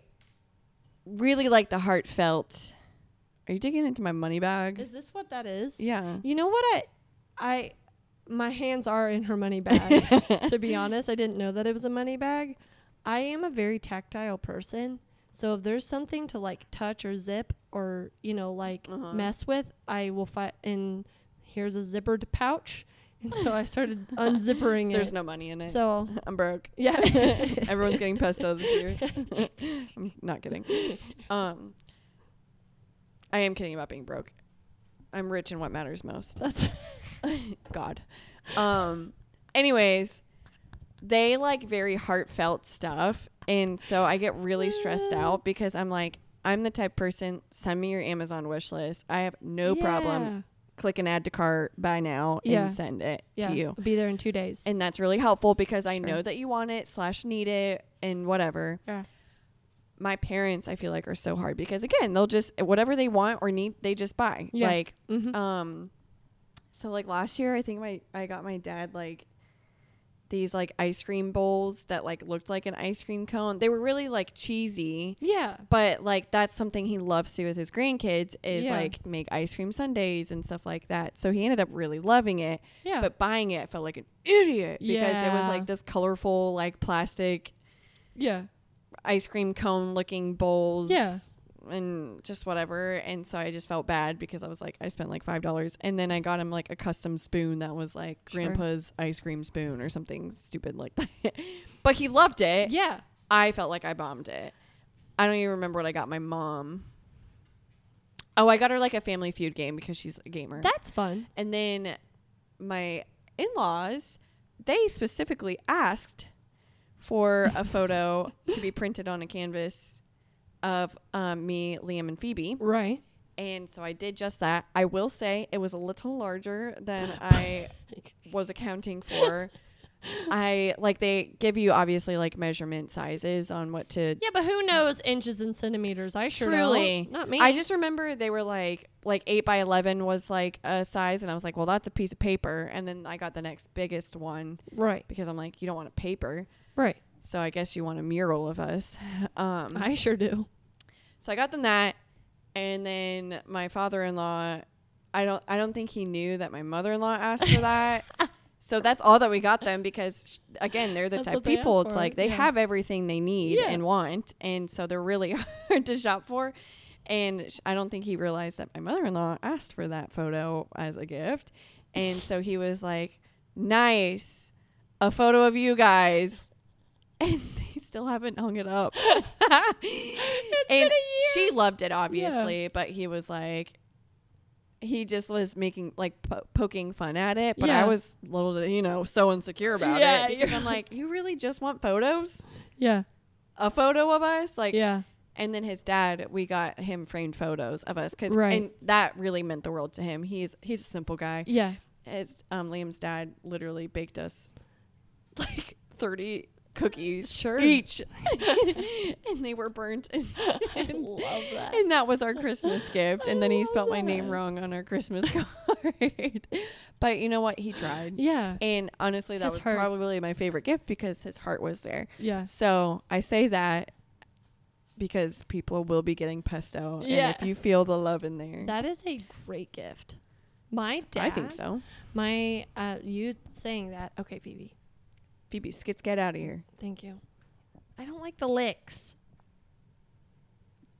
Speaker 1: really like the heartfelt. Are you digging into my money bag?
Speaker 2: Is this what that is?
Speaker 1: Yeah.
Speaker 2: You know what I I my hands are in her money bag. to be honest, I didn't know that it was a money bag. I am a very tactile person. So if there's something to like touch or zip or, you know, like
Speaker 1: Uh-huh.
Speaker 2: mess with, I will find. And here's a zippered pouch. And so I started unzippering
Speaker 1: There's
Speaker 2: it.
Speaker 1: no money in it.
Speaker 2: so
Speaker 1: I'm broke.
Speaker 2: yeah,
Speaker 1: Everyone's getting pesto this year. I'm not kidding. Um, I am kidding about being broke. I'm rich in what matters most.
Speaker 2: that's
Speaker 1: God. Um. Anyways, they like very heartfelt stuff, and so I get really stressed out because I'm like, I'm the type of person. Send me your Amazon wish list. I have no problem. Click an add to cart by now
Speaker 2: Yeah.
Speaker 1: and send it
Speaker 2: Yeah,
Speaker 1: to
Speaker 2: yeah.
Speaker 1: you,
Speaker 2: I'll be there in two days.
Speaker 1: and that's really helpful because I
Speaker 2: Sure.
Speaker 1: know that you want it slash need it and whatever.
Speaker 2: yeah,
Speaker 1: My parents, I feel like, are so hard because again, they'll just whatever they want or need, they just buy.
Speaker 2: Yeah.
Speaker 1: Like
Speaker 2: Mhm.
Speaker 1: um so like last year I think my I got my dad like these like ice cream bowls that like looked like an ice cream cone. They were really like cheesy,
Speaker 2: yeah,
Speaker 1: but like that's something he loves to do with his grandkids is
Speaker 2: Yeah.
Speaker 1: like make ice cream sundaes and stuff like that. So he ended up really loving it,
Speaker 2: yeah.
Speaker 1: but buying it I felt like an idiot because it was
Speaker 2: Yeah.
Speaker 1: like this colorful like plastic
Speaker 2: yeah,
Speaker 1: ice cream cone looking bowls.
Speaker 2: Yeah.
Speaker 1: And just whatever. And so I just felt bad because I was like, I spent like $5. And then I got him like a custom spoon that was like
Speaker 2: Sure.
Speaker 1: grandpa's ice cream spoon or something stupid like that. but he loved it.
Speaker 2: yeah.
Speaker 1: I felt like I bombed it. I don't even remember what I got my mom. Oh, I got her like a Family Feud game because she's a gamer.
Speaker 2: That's fun.
Speaker 1: And then my in laws, they specifically asked for a photo to be printed on a canvas of um, me, Liam, and Phoebe.
Speaker 2: Right.
Speaker 1: And so I did just that. I will say it was a little larger than I was accounting for. I like they give you obviously like measurement sizes on what to
Speaker 2: Yeah, but who knows inches and centimeters? I sure
Speaker 1: Truly,
Speaker 2: don't. Not me.
Speaker 1: I just remember they were like, like eight by eleven was like a size, and I was like, well, that's a piece of paper. And then I got the next biggest one
Speaker 2: right,
Speaker 1: because I'm like, you don't want a paper,
Speaker 2: right.
Speaker 1: so I guess you want a mural of us. Um,
Speaker 2: I sure do.
Speaker 1: so I got them that, and then my father-in-law, I don't, I don't think he knew that my mother-in-law asked for that. So that's all that we got them because sh- again they're the
Speaker 2: That's
Speaker 1: type of
Speaker 2: what they
Speaker 1: people
Speaker 2: ask
Speaker 1: it's
Speaker 2: for,
Speaker 1: like they
Speaker 2: yeah.
Speaker 1: have everything they need
Speaker 2: Yeah.
Speaker 1: and want and so they're really hard to shop for and sh- I don't think he realized that my mother-in-law asked for that photo as a gift and so he was like nice a photo of you guys and they still haven't hung it up
Speaker 2: It's
Speaker 1: and
Speaker 2: been a year.
Speaker 1: she loved it obviously but he was like he just was making like po- poking fun at it but i
Speaker 2: Yeah.
Speaker 1: was little you know so insecure about
Speaker 2: Yeah,
Speaker 1: it because
Speaker 2: you're-
Speaker 1: i'm like you really just want photos
Speaker 2: yeah,
Speaker 1: a photo of us like
Speaker 2: yeah,
Speaker 1: and then his dad we got him framed photos of us because
Speaker 2: Right.
Speaker 1: and that really meant the world to him he's he's a simple guy
Speaker 2: yeah.
Speaker 1: his um liam's dad literally baked us like 30 cookies
Speaker 2: Sure.
Speaker 1: each and they were burnt and, and-
Speaker 2: love that.
Speaker 1: and that was our christmas gift and then
Speaker 2: I
Speaker 1: he
Speaker 2: love
Speaker 1: spelled my name
Speaker 2: that.
Speaker 1: wrong on our christmas card but you know what he tried
Speaker 2: Yeah,
Speaker 1: and honestly that
Speaker 2: His
Speaker 1: was
Speaker 2: hearts.
Speaker 1: probably my favorite gift because his heart was there
Speaker 2: yeah.
Speaker 1: so i say that because people will be getting pesto
Speaker 2: Yeah.
Speaker 1: and if you feel the love in there
Speaker 2: That is a great gift. My dad.
Speaker 1: i think so
Speaker 2: My, uh, you saying that? Okay, Phoebe.
Speaker 1: phoebe skits get out of here
Speaker 2: Thank you. I don't like the licks.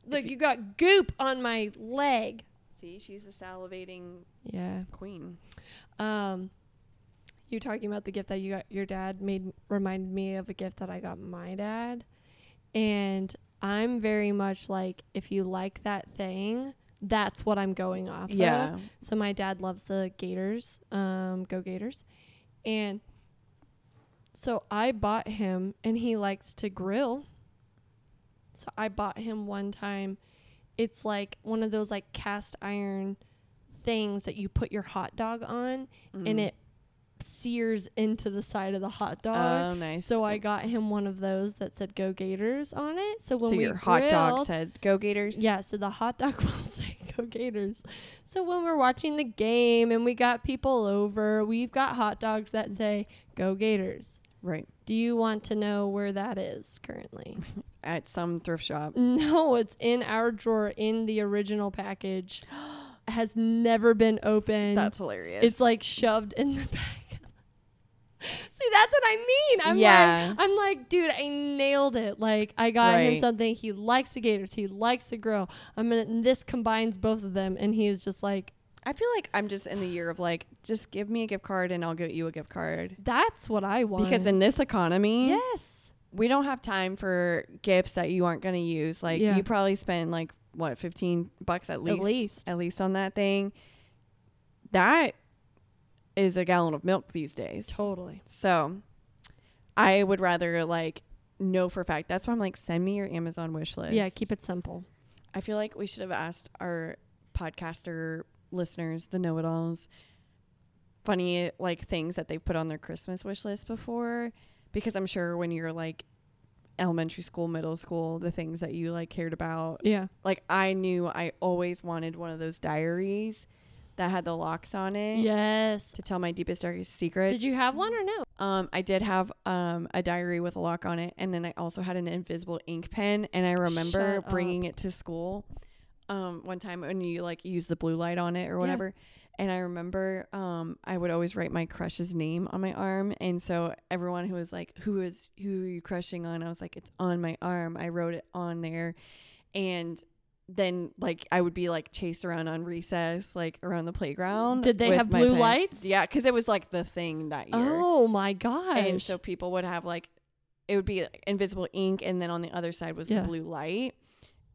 Speaker 2: Look, you got goop on my leg.
Speaker 1: See, she's a salivating
Speaker 2: Yeah.
Speaker 1: queen.
Speaker 2: Um, you talking about the gift that you got your dad made reminded me of a gift that I got my dad, and I'm very much like if you like that thing, that's what I'm going off. of.
Speaker 1: Yeah.
Speaker 2: So my dad loves the Gators, um, go Gators, and so I bought him, and he likes to grill. So I bought him one time. It's like one of those like cast iron things that you put your hot dog on,
Speaker 1: Mm-hmm.
Speaker 2: and it sears into the side of the hot
Speaker 1: Oh,
Speaker 2: dog.
Speaker 1: nice.
Speaker 2: So I got him one of those that said "Go Gators" on it. So when
Speaker 1: so
Speaker 2: we
Speaker 1: your hot dog
Speaker 2: grilled-
Speaker 1: said, "Go Gators."
Speaker 2: yeah, so the hot dog will say go Gators. So when we're watching the game and we got people over, we've got hot dogs
Speaker 1: Mm.
Speaker 2: that say go Gators.
Speaker 1: Right.
Speaker 2: Do you want to know where that is currently?
Speaker 1: At some thrift shop.
Speaker 2: Mm-hmm. no, it's in our drawer in the original package. Has never been opened.
Speaker 1: That's hilarious.
Speaker 2: it's like shoved in the back. See, that's what I mean. I'm
Speaker 1: Yeah.
Speaker 2: like, I'm like, dude, I nailed it. Like, I got him
Speaker 1: Right.
Speaker 2: something. He likes the Gators. He likes to grow. I'm gonna. and This combines both of them, and he is just like,
Speaker 1: I feel like I'm just in the year of like, just give me a gift card and I'll get you a gift card.
Speaker 2: that's what I want.
Speaker 1: Because in this economy,
Speaker 2: yes,
Speaker 1: we don't have time for gifts that you aren't going to use. Like
Speaker 2: Yeah.
Speaker 1: you probably spend like what 15 bucks at least,
Speaker 2: least.
Speaker 1: at least on that thing. That is a gallon of milk these days.
Speaker 2: totally.
Speaker 1: So I would rather like know for a fact. That's why I'm like send me your Amazon wish list.
Speaker 2: Yeah, keep it simple.
Speaker 1: I feel like we should have asked our podcaster listeners, the know-it-alls, funny like things that they've put on their Christmas wish list before, because I'm sure when you're like elementary school, middle school, the things that you like cared about.
Speaker 2: Yeah.
Speaker 1: Like I knew I always wanted one of those diaries that had the locks on it.
Speaker 2: Yes.
Speaker 1: To tell my deepest darkest secrets.
Speaker 2: Did you have one or no?
Speaker 1: Um, I did have um a diary with a lock on it, and then I also had an invisible ink pen, and I remember
Speaker 2: Shut
Speaker 1: bringing it to school. Um, one time when you like use the blue light on it or whatever, and I remember um I would always write my crush's name on my arm, and so everyone who was like, "Who is who are you crushing on?" I was like, "It's on my arm." I wrote it on there, and then like I would be like chased around on recess, like around the playground.
Speaker 2: Did they
Speaker 1: with
Speaker 2: have
Speaker 1: my
Speaker 2: blue
Speaker 1: pen.
Speaker 2: lights?
Speaker 1: Yeah, because it was like the thing that year.
Speaker 2: Oh my gosh.
Speaker 1: And so people would have like it would be like, invisible ink and then on the other side was
Speaker 2: Yeah.
Speaker 1: the blue light.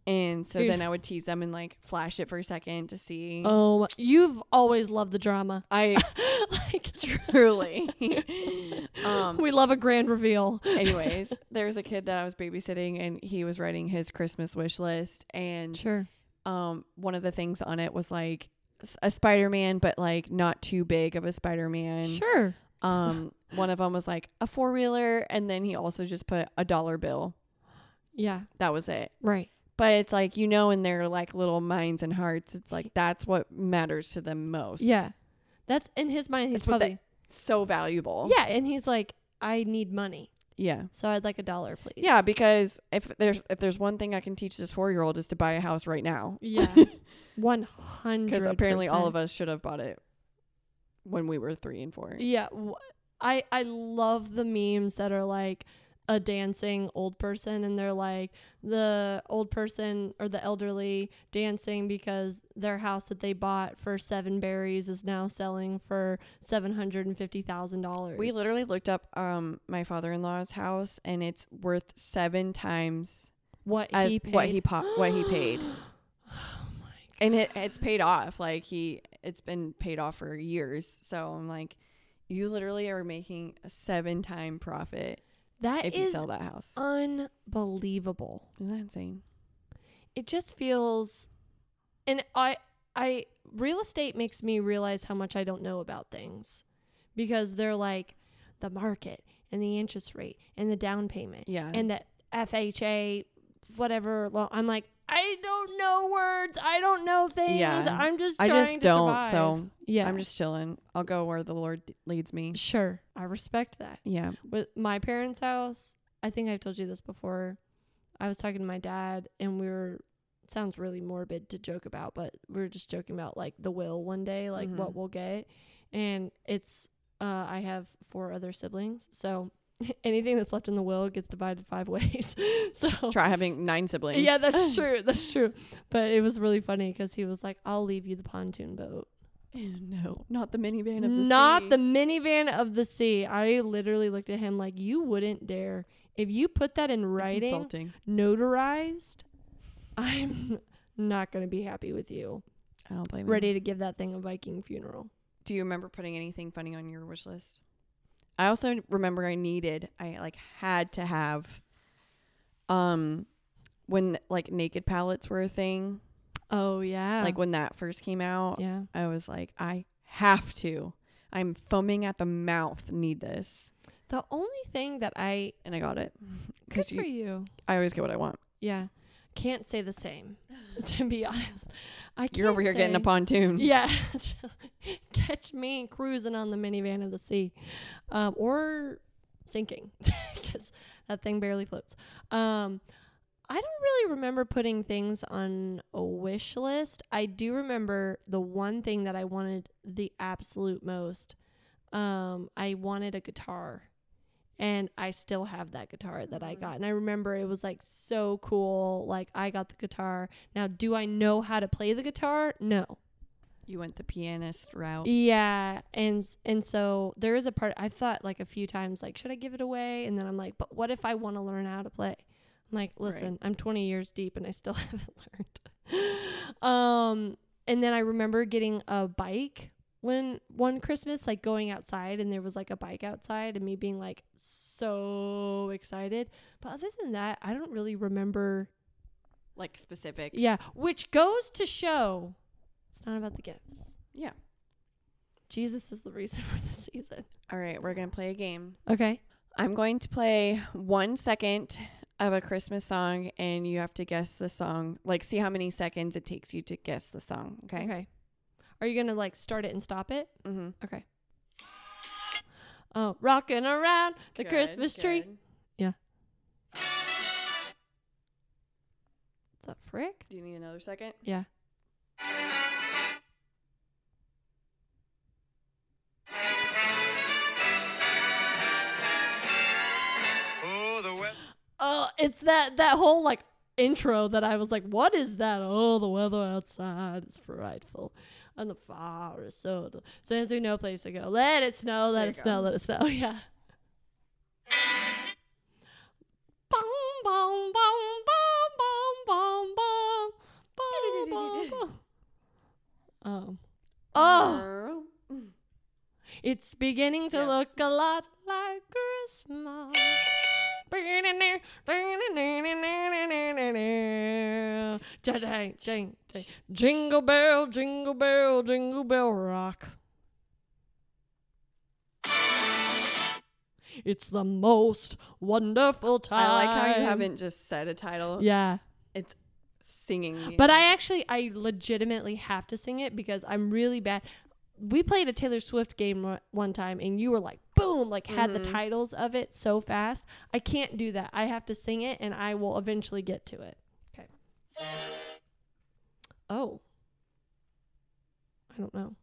Speaker 1: And so
Speaker 2: Dude.
Speaker 1: then I would tease them and like flash it for a second to see.
Speaker 2: oh, my- you've always loved the drama.
Speaker 1: I
Speaker 2: like
Speaker 1: truly. um
Speaker 2: we love a grand reveal.
Speaker 1: anyways, there was a kid that I was babysitting and he was writing his Christmas wish list and
Speaker 2: Sure.
Speaker 1: um one of the things on it was like s- a Spider-Man but like not too big of a Spider-Man.
Speaker 2: Sure.
Speaker 1: Um one of them was like a four-wheeler and then he also just put a dollar bill.
Speaker 2: Yeah.
Speaker 1: That was it.
Speaker 2: Right.
Speaker 1: But it's like you know in their like little minds and hearts, it's like that's what matters to them most.
Speaker 2: Yeah. That's in his mind. He's
Speaker 1: It's what
Speaker 2: probably
Speaker 1: they- so valuable.
Speaker 2: yeah, and he's like, I need money,
Speaker 1: yeah,
Speaker 2: so I'd like a dollar, please.
Speaker 1: yeah. Because if there's if there's one thing I can teach this four year old is to buy a house right now,
Speaker 2: yeah. One hundred.
Speaker 1: because apparently all of us should have bought it when we were three and four.
Speaker 2: Yeah. Wh- I I love the memes that are like a dancing old person and they're like the old person or the elderly dancing because their house that they bought for seven berries is now selling for seven hundred and fifty thousand dollars.
Speaker 1: We literally looked up um my father in law's house and it's worth seven times
Speaker 2: what
Speaker 1: as
Speaker 2: he paid. Oh
Speaker 1: what he po- what he paid. and it it's paid off. Like he it's been paid off for years. So I'm like, you literally are making a seven time profit
Speaker 2: That
Speaker 1: if you
Speaker 2: is
Speaker 1: sell that house.
Speaker 2: unbelievable.
Speaker 1: Isn't that insane?
Speaker 2: it just feels and i i real estate makes me realize how much i don't know about things because they're like the market and the interest rate and the down payment
Speaker 1: Yeah.
Speaker 2: and the fha whatever lo- i'm like i don't know words i don't know things
Speaker 1: Yeah.
Speaker 2: i'm just
Speaker 1: I
Speaker 2: trying
Speaker 1: just
Speaker 2: to
Speaker 1: don't.
Speaker 2: survive.
Speaker 1: So
Speaker 2: yeah
Speaker 1: I'm just chilling. I'll go where the Lord d- leads me.
Speaker 2: sure i respect that
Speaker 1: Yeah.
Speaker 2: with my parents' house, I think I've told you this before. I was talking to my dad, and we were sounds really morbid to joke about, but we were just joking about like the will one day, like
Speaker 1: Mhm.
Speaker 2: what we'll get, and it's uh, I have four other siblings, so anything that's left in the will gets divided five ways. so
Speaker 1: Try having nine siblings.
Speaker 2: oh. yeah, that's true, that's true. But it was really funny because he was like, "I'll leave you the pontoon boat."
Speaker 1: no, not the minivan of the
Speaker 2: not
Speaker 1: sea.
Speaker 2: the minivan of the sea. I literally looked at him like, you wouldn't dare. If you put that in
Speaker 1: It's
Speaker 2: writing,
Speaker 1: insulting.
Speaker 2: notarized, I'm not going to be happy with you.
Speaker 1: I don't blame you.
Speaker 2: Ready to give that thing a Viking funeral.
Speaker 1: Do you remember putting anything funny on your wish list? I also remember I needed, I like had to have, um, when like naked palettes were a thing,
Speaker 2: Oh, yeah.
Speaker 1: like when that first came out,
Speaker 2: yeah.
Speaker 1: I was like, I have to. I'm foaming at the mouth. Need this,
Speaker 2: The only thing that I,
Speaker 1: and I got it
Speaker 2: good
Speaker 1: because
Speaker 2: for you.
Speaker 1: I always get what I want.
Speaker 2: Yeah. Can't say the same, to be honest. I can't
Speaker 1: You're over here getting a
Speaker 2: say-
Speaker 1: pontoon.
Speaker 2: Yeah. Catch me cruising on the minivan of the sea um, or sinking because that thing barely floats. Um, I don't really remember putting things on a wish list. I do remember the one thing that I wanted the absolute most um, I wanted a guitar. And I still have that guitar that I got. And I remember it was like so cool. Like, I got the guitar. Now, do I know how to play the guitar? No.
Speaker 1: You went the pianist
Speaker 2: E
Speaker 1: route.
Speaker 2: Yeah, and s- and so there is a part I've thought like a few times like should I give it away? And then I'm like, but what if I want to learn how to play? I'm like, listen, I'm 20 years deep and I still haven't learned. um, and then I remember getting a bike when one Christmas, like going outside and there was like a bike outside and me being like so excited. But other than that, I don't really remember.
Speaker 1: Like specifics.
Speaker 2: Yeah, which goes to show it's not about the gifts.
Speaker 1: Yeah.
Speaker 2: Jesus is the reason for the season.
Speaker 1: All right, we're going to play a game.
Speaker 2: Okay.
Speaker 1: I'm going to play one second of a Christmas song, and you have to guess the song. Like, see how many seconds it takes you to guess the song. Okay.
Speaker 2: Okay. Are you gonna like start it and stop it?
Speaker 1: Mhm.
Speaker 2: Okay. Oh, rocking around the Christmas tree. Yeah. The frick?
Speaker 1: Do you need another second?
Speaker 2: Yeah.
Speaker 5: Oh, the wet.
Speaker 2: Oh, it's that that whole like intro that I was like, what is that? Oh, the weather outside is frightful, and the fire is so. del- Since we no place to go, let it snow, let
Speaker 1: There
Speaker 2: it
Speaker 1: you
Speaker 2: snow,
Speaker 1: go.
Speaker 2: let it snow. Yeah. Bong bong bong bong bong bong bong bong bong. Um. Oh. It's beginning to
Speaker 1: Yeah.
Speaker 2: look a lot like Christmas. Jing, jing, jing. Jingle bell, jingle bell, jingle bell rock. It's the most wonderful time.
Speaker 1: I like how you haven't just said a title.
Speaker 2: Yeah.
Speaker 1: It's singing.
Speaker 2: But I actually, I legitimately have to sing it because I'm really bad. We played a Taylor Swift game one- one time, and you were like, boom, like had the titles of it so fast. I can't do that. I have to sing it, and I will eventually get to it. Okay. Oh. I don't know.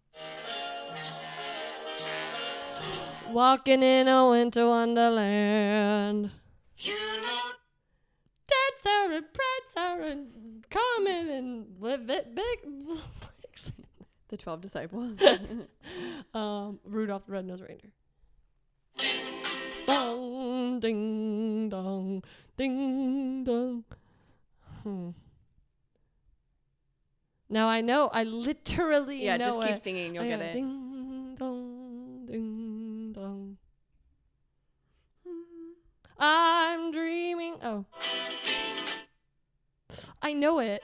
Speaker 2: Walking in a winter wonderland.
Speaker 3: You know
Speaker 2: Dad's are and Brad's are and Common and live it big.
Speaker 1: the twelve disciples.
Speaker 2: um, Rudolph the Red-Nosed Reindeer. Dong, ding, dong, ding, dong. Hmm. Now I know. I literally
Speaker 1: yeah,
Speaker 2: know
Speaker 1: just keep
Speaker 2: it.
Speaker 1: singing. You'll
Speaker 2: I
Speaker 1: get
Speaker 2: go,
Speaker 1: it.
Speaker 2: Oh, Ding dong, ding dong. I'm dreaming. Oh, I know it.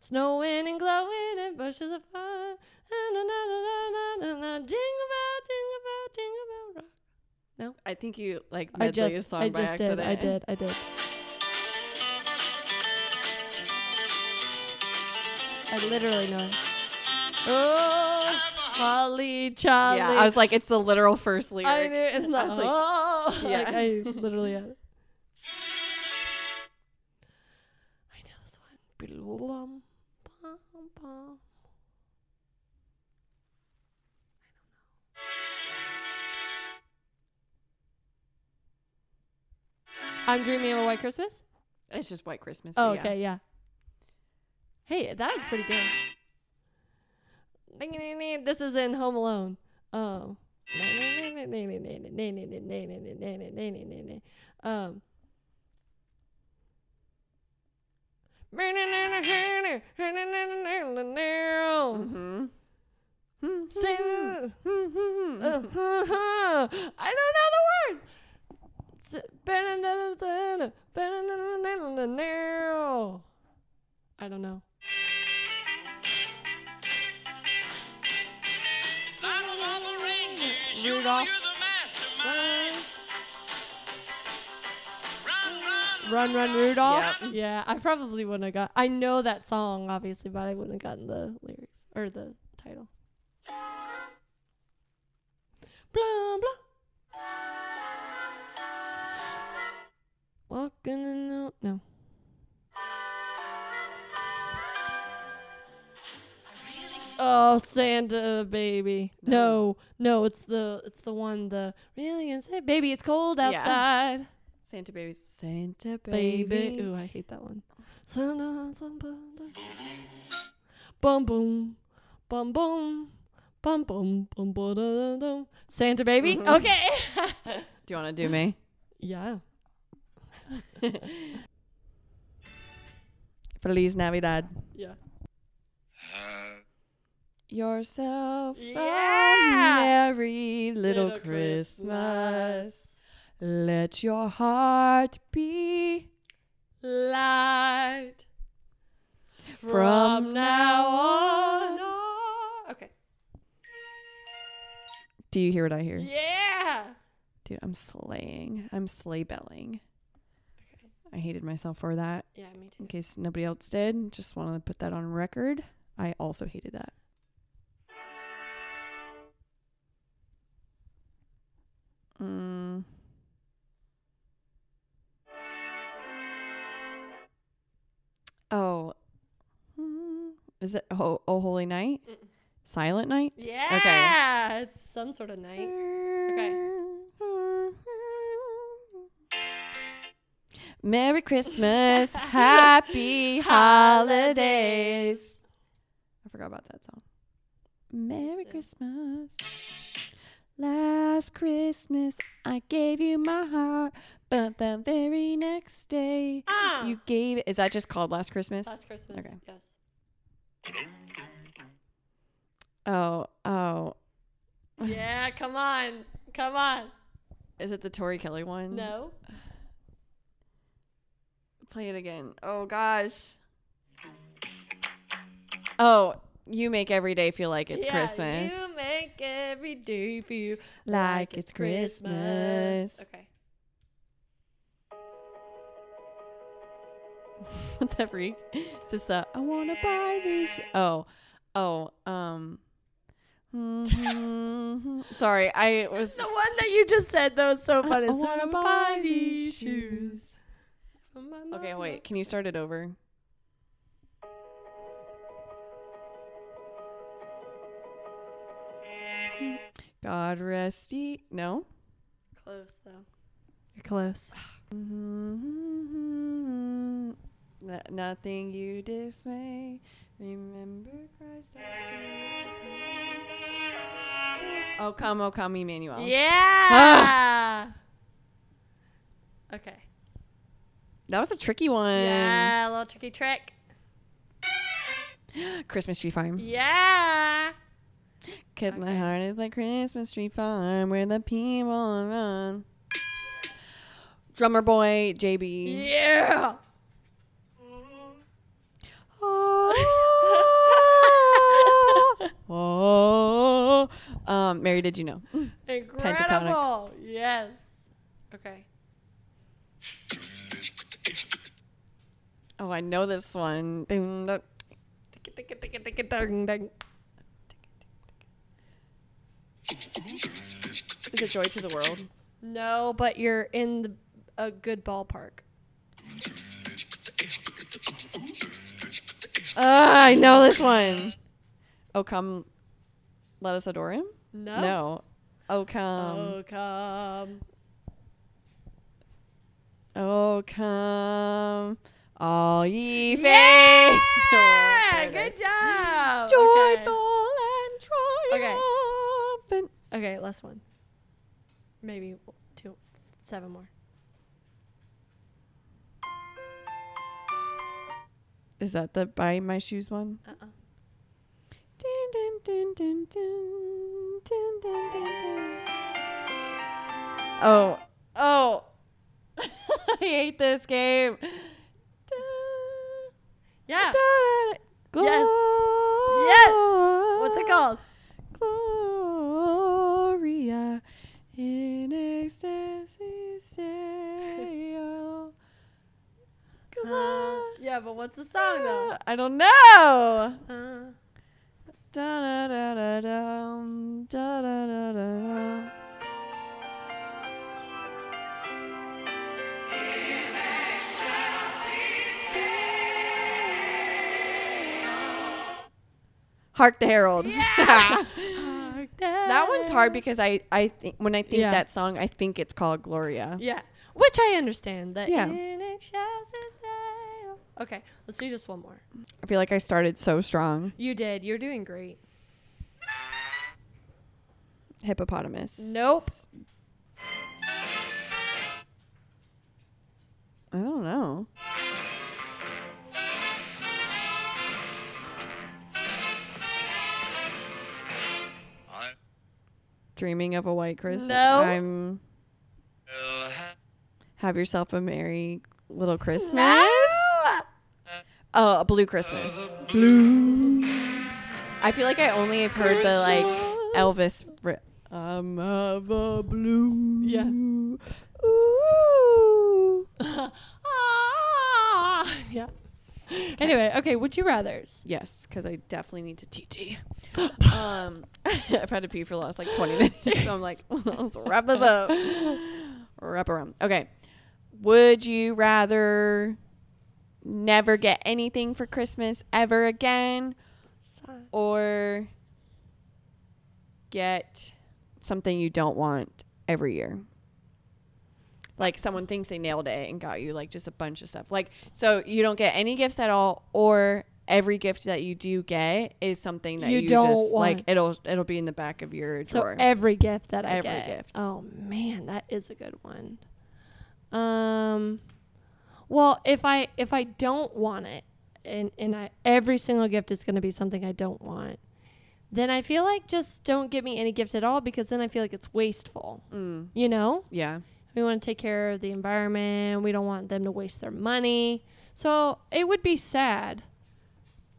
Speaker 2: Snowing and glowing and bushes of fire. Jingle bell, jingle bell, jingle bell rock.
Speaker 1: I think you like
Speaker 2: I
Speaker 1: medley a
Speaker 2: just,
Speaker 1: song
Speaker 2: I
Speaker 1: by
Speaker 2: just did,
Speaker 1: accident.
Speaker 2: I did, I did. I literally know it. Oh, Holly, Charlie.
Speaker 1: Yeah, I was like, it's the literal first lyric.
Speaker 2: I knew, and
Speaker 1: I
Speaker 2: I was
Speaker 1: was
Speaker 2: like,
Speaker 1: like,
Speaker 2: oh,
Speaker 1: yeah.
Speaker 2: like, I literally had it. I know this one. Bum, bum, bum. I'm dreaming of a white Christmas.
Speaker 1: It's just White Christmas.
Speaker 2: Oh,
Speaker 1: but yeah.
Speaker 2: okay, yeah. Hey, that was pretty good. This is in Home Alone. Oh. Um. Um.
Speaker 1: Mhm. Mm-hmm.
Speaker 2: Uh. I don't know the words. I don't know.
Speaker 5: Out of all the reindeers, you know you're the mastermind. Run, run,
Speaker 2: Run, run, Rudolph.
Speaker 1: Yep.
Speaker 2: Yeah, I probably wouldn't have got. I know that song obviously, but I wouldn't have gotten the lyrics or the title. Blah blah. Walking in the no. Oh, Santa baby. No. no, it's the it's the one the really insane baby. It's cold
Speaker 1: Yeah.
Speaker 2: outside,
Speaker 1: Santa baby. Santa baby.
Speaker 2: baby. Ooh, I hate that one. Santa, Santa, Bum boom, bum boom, bum boom, bum bum dum dum. Santa baby. Okay.
Speaker 1: Do you want to do me?
Speaker 2: yeah.
Speaker 1: Feliz Navidad.
Speaker 2: Yeah.
Speaker 1: Yourself
Speaker 2: Yeah!
Speaker 1: a merry little, Christmas. Let your heart be
Speaker 2: light
Speaker 1: from, now on.
Speaker 2: Okay.
Speaker 1: Do you hear what I hear?
Speaker 2: Yeah.
Speaker 1: Dude, I'm slaying. I'm sleigh belling. I hated myself for that.
Speaker 2: Yeah, me too.
Speaker 1: In case nobody else did, just wanted to put that on record. I also hated that. Mm. Oh. Mm. Is it oh, oh Holy Night? Silent Night?
Speaker 2: Yeah. It's some sort of night.
Speaker 1: Merry Christmas, happy holidays. I forgot about that song. Merry Christmas. Last Christmas, I gave you my heart, but the very next day, you gave it. Is that just called Last Christmas?
Speaker 2: Ah. Last Christmas.
Speaker 1: Okay.
Speaker 2: Yes.
Speaker 1: oh, oh.
Speaker 2: Yeah, come on. Come on.
Speaker 1: Is it the Tori Kelly one?
Speaker 2: No.
Speaker 1: Play it again. Oh gosh. Oh, you make every day feel like it's
Speaker 2: Yeah,
Speaker 1: Christmas.
Speaker 2: You make every day feel
Speaker 1: like it's Christmas.
Speaker 2: Okay.
Speaker 1: What the freak? Is this the I wanna buy these? sh- Oh, oh, um. mhm. Sorry, I was.
Speaker 2: The one that you just said though is so funny.
Speaker 1: I
Speaker 2: So
Speaker 1: wanna buy these shoes.
Speaker 2: from my
Speaker 1: Okay,
Speaker 2: mama.
Speaker 1: wait. Can you start it over? God rest ye. No.
Speaker 2: Close though. You're close.
Speaker 1: Mhm. N- Nothing you dismay. Remember Christ our Savior. Oh come, oh come, Emmanuel. Ah,
Speaker 2: Yeah. okay.
Speaker 1: That was a tricky one.
Speaker 2: Yeah, a little tricky trick.
Speaker 1: Christmas tree farm.
Speaker 2: Yeah.
Speaker 1: Cause my heart is like Christmas tree farm where the people run. Drummer boy, JB.
Speaker 2: Yeah.
Speaker 1: Oh, um, Mary, did you know?
Speaker 2: Incredible. Yes. Okay.
Speaker 1: Oh, I know this one. Ding, dong.
Speaker 2: Tick, tick, tick, tick, tick, dong, dong.
Speaker 1: Is it Joy to the World?
Speaker 2: No, but you're in the, a good ballpark.
Speaker 1: Uh, I know this one. Oh, come, let us adore him?
Speaker 2: No.
Speaker 1: No. Oh, come.
Speaker 2: Oh come.
Speaker 1: Oh, come. All ye faithful.
Speaker 2: Yeah.
Speaker 1: There it
Speaker 2: Ah, Good
Speaker 1: is.
Speaker 2: job. Okay.
Speaker 1: Joyful and
Speaker 2: Okay.
Speaker 1: triumphant.
Speaker 2: Okay, last one. Maybe two, seven more.
Speaker 1: Is that the Buy My Shoes one?
Speaker 2: Uh uh
Speaker 1: Dun, dun, dun, dun, dun, dun, dun, dun, dun. Oh, oh. I hate this game. Da,
Speaker 2: Yeah.
Speaker 1: da, da, da.
Speaker 2: Yes. Yes. What's it called?
Speaker 1: Gloria in ecstasy sail.
Speaker 2: Uh, yeah, but what's the song though?
Speaker 1: I don't know.
Speaker 2: Uh,
Speaker 1: Da da da da dum, da da da da da. Hark the Herald.
Speaker 6: that
Speaker 1: that one's hard because I I think when I think
Speaker 6: Yeah.
Speaker 1: that song, I think it's called Gloria.
Speaker 6: Yeah, which I understand. That
Speaker 1: Yeah.
Speaker 6: in excelsis Deo. Okay, let's do just one more.
Speaker 1: I feel like I started so strong.
Speaker 6: You did. You're doing great.
Speaker 1: Hippopotamus.
Speaker 6: Nope.
Speaker 1: I don't know.
Speaker 5: I
Speaker 1: Dreaming of a White Christmas.
Speaker 6: No.
Speaker 1: I'm
Speaker 5: will have
Speaker 1: Have Yourself a Merry Little Christmas.
Speaker 6: No!
Speaker 1: Oh, a Blue Christmas. Blue. I feel like I only have heard the like Elvis. Ri- I'm of a blue.
Speaker 6: Yeah.
Speaker 1: Ooh.
Speaker 6: ah, yeah. Anyway, okay. Would you rather's?
Speaker 1: Yes, because I definitely need to TT. um, I've had to pee for the last like 20 minutes, so I'm like, let's wrap this up. Wrap around. Okay. Would you rather never get anything for Christmas ever again, or get something you don't want every year? Like someone thinks they nailed it and got you like just a bunch of stuff. Like so you don't get any gifts at all, or every gift that you do get is something that
Speaker 6: You
Speaker 1: you,
Speaker 6: don't
Speaker 1: just
Speaker 6: want.
Speaker 1: like. It'll it'll be in the back of your
Speaker 6: So
Speaker 1: drawer.
Speaker 6: every gift that I
Speaker 1: Every
Speaker 6: get.
Speaker 1: gift.
Speaker 6: Oh man, that is a good one. Um, well, if I if I don't want it, and and I every single gift is going to be something I don't want, then I feel like just don't give me any gift at all because then I feel like it's wasteful.
Speaker 1: Mm,
Speaker 6: You know,
Speaker 1: yeah,
Speaker 6: we want to take care of the environment. We don't want them to waste their money. So it would be sad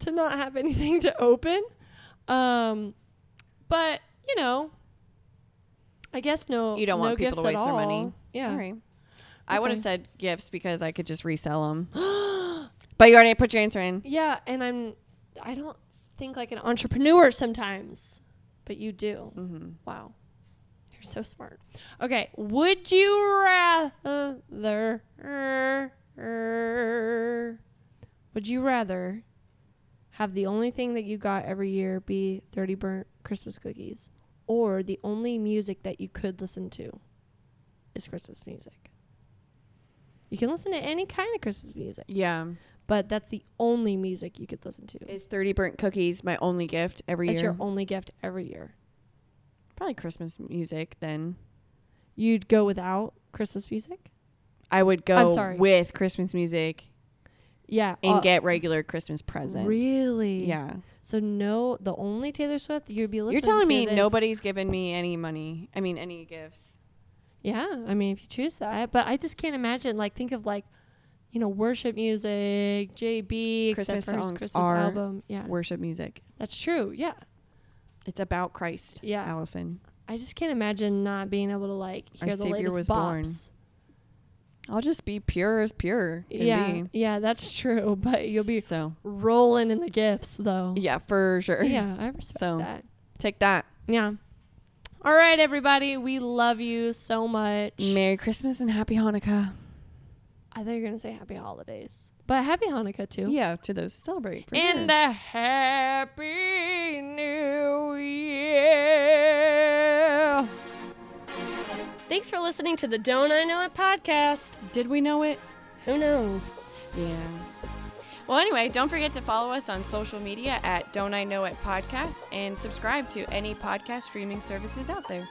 Speaker 6: to not have anything to open. Um, but you know, I guess no.
Speaker 1: You don't
Speaker 6: no
Speaker 1: want people to
Speaker 6: gifts at
Speaker 1: waste their money.
Speaker 6: all. Yeah.
Speaker 1: all right. I would have
Speaker 6: Okay.
Speaker 1: said gifts because I could just resell them. but you already put your answer in.
Speaker 6: Yeah, and I'm. I don't think like an entrepreneur sometimes, but you do.
Speaker 1: Mm-hmm.
Speaker 6: Wow. You're so smart. Okay. Would you rather? Would you rather have the only thing that you got every year be 30 burnt Christmas cookies or the only music that you could listen to is Christmas music? You can listen to any kind of Christmas music,
Speaker 1: Yeah,
Speaker 6: but that's the only music you could listen to.
Speaker 1: is thirty burnt cookies my only gift every
Speaker 6: It's
Speaker 1: year?
Speaker 6: your only gift every year.
Speaker 1: Probably Christmas music. Then
Speaker 6: You'd go without Christmas music?
Speaker 1: I would go
Speaker 6: sorry.
Speaker 1: with Christmas music
Speaker 6: Yeah.
Speaker 1: and
Speaker 6: uh,
Speaker 1: get regular Christmas presents.
Speaker 6: Really?
Speaker 1: Yeah.
Speaker 6: So no, the only Taylor Swift you'd be listening.
Speaker 1: You're telling
Speaker 6: to
Speaker 1: me
Speaker 6: this-
Speaker 1: nobody's given me any money. I mean, any gifts.
Speaker 6: Yeah, I mean, if you choose that, but I just can't imagine. Like, think of like, you know, worship music, JB,
Speaker 1: Christmas
Speaker 6: except for his
Speaker 1: songs
Speaker 6: Christmas
Speaker 1: are
Speaker 6: album. Yeah,
Speaker 1: Worship music.
Speaker 6: that's true. Yeah,
Speaker 1: It's about Christ.
Speaker 6: Yeah.
Speaker 1: Allison.
Speaker 6: I just can't imagine not being able to like
Speaker 1: Our
Speaker 6: hear the
Speaker 1: Savior
Speaker 6: latest
Speaker 1: was born.
Speaker 6: bops.
Speaker 1: I'll just be pure as pure can
Speaker 6: Yeah,
Speaker 1: be.
Speaker 6: yeah, that's true. But you'll be
Speaker 1: so.
Speaker 6: rolling in the gifts, though.
Speaker 1: Yeah, for sure.
Speaker 6: Yeah, I respect
Speaker 1: So.
Speaker 6: that.
Speaker 1: Take that.
Speaker 6: Yeah. All right, everybody, we love you so much.
Speaker 1: Merry Christmas and Happy Hanukkah.
Speaker 6: I thought you were gonna say Happy Holidays, but Happy Hanukkah too.
Speaker 1: Yeah, to those who celebrate. For
Speaker 6: and
Speaker 1: sure.
Speaker 6: a happy new year. Thanks for listening to the Don't I Know It podcast.
Speaker 1: did we know it?
Speaker 6: Who knows?
Speaker 1: Yeah. Well, anyway, don't forget to follow us on social media at Don't I Know It Podcast and subscribe to any podcast streaming services out there.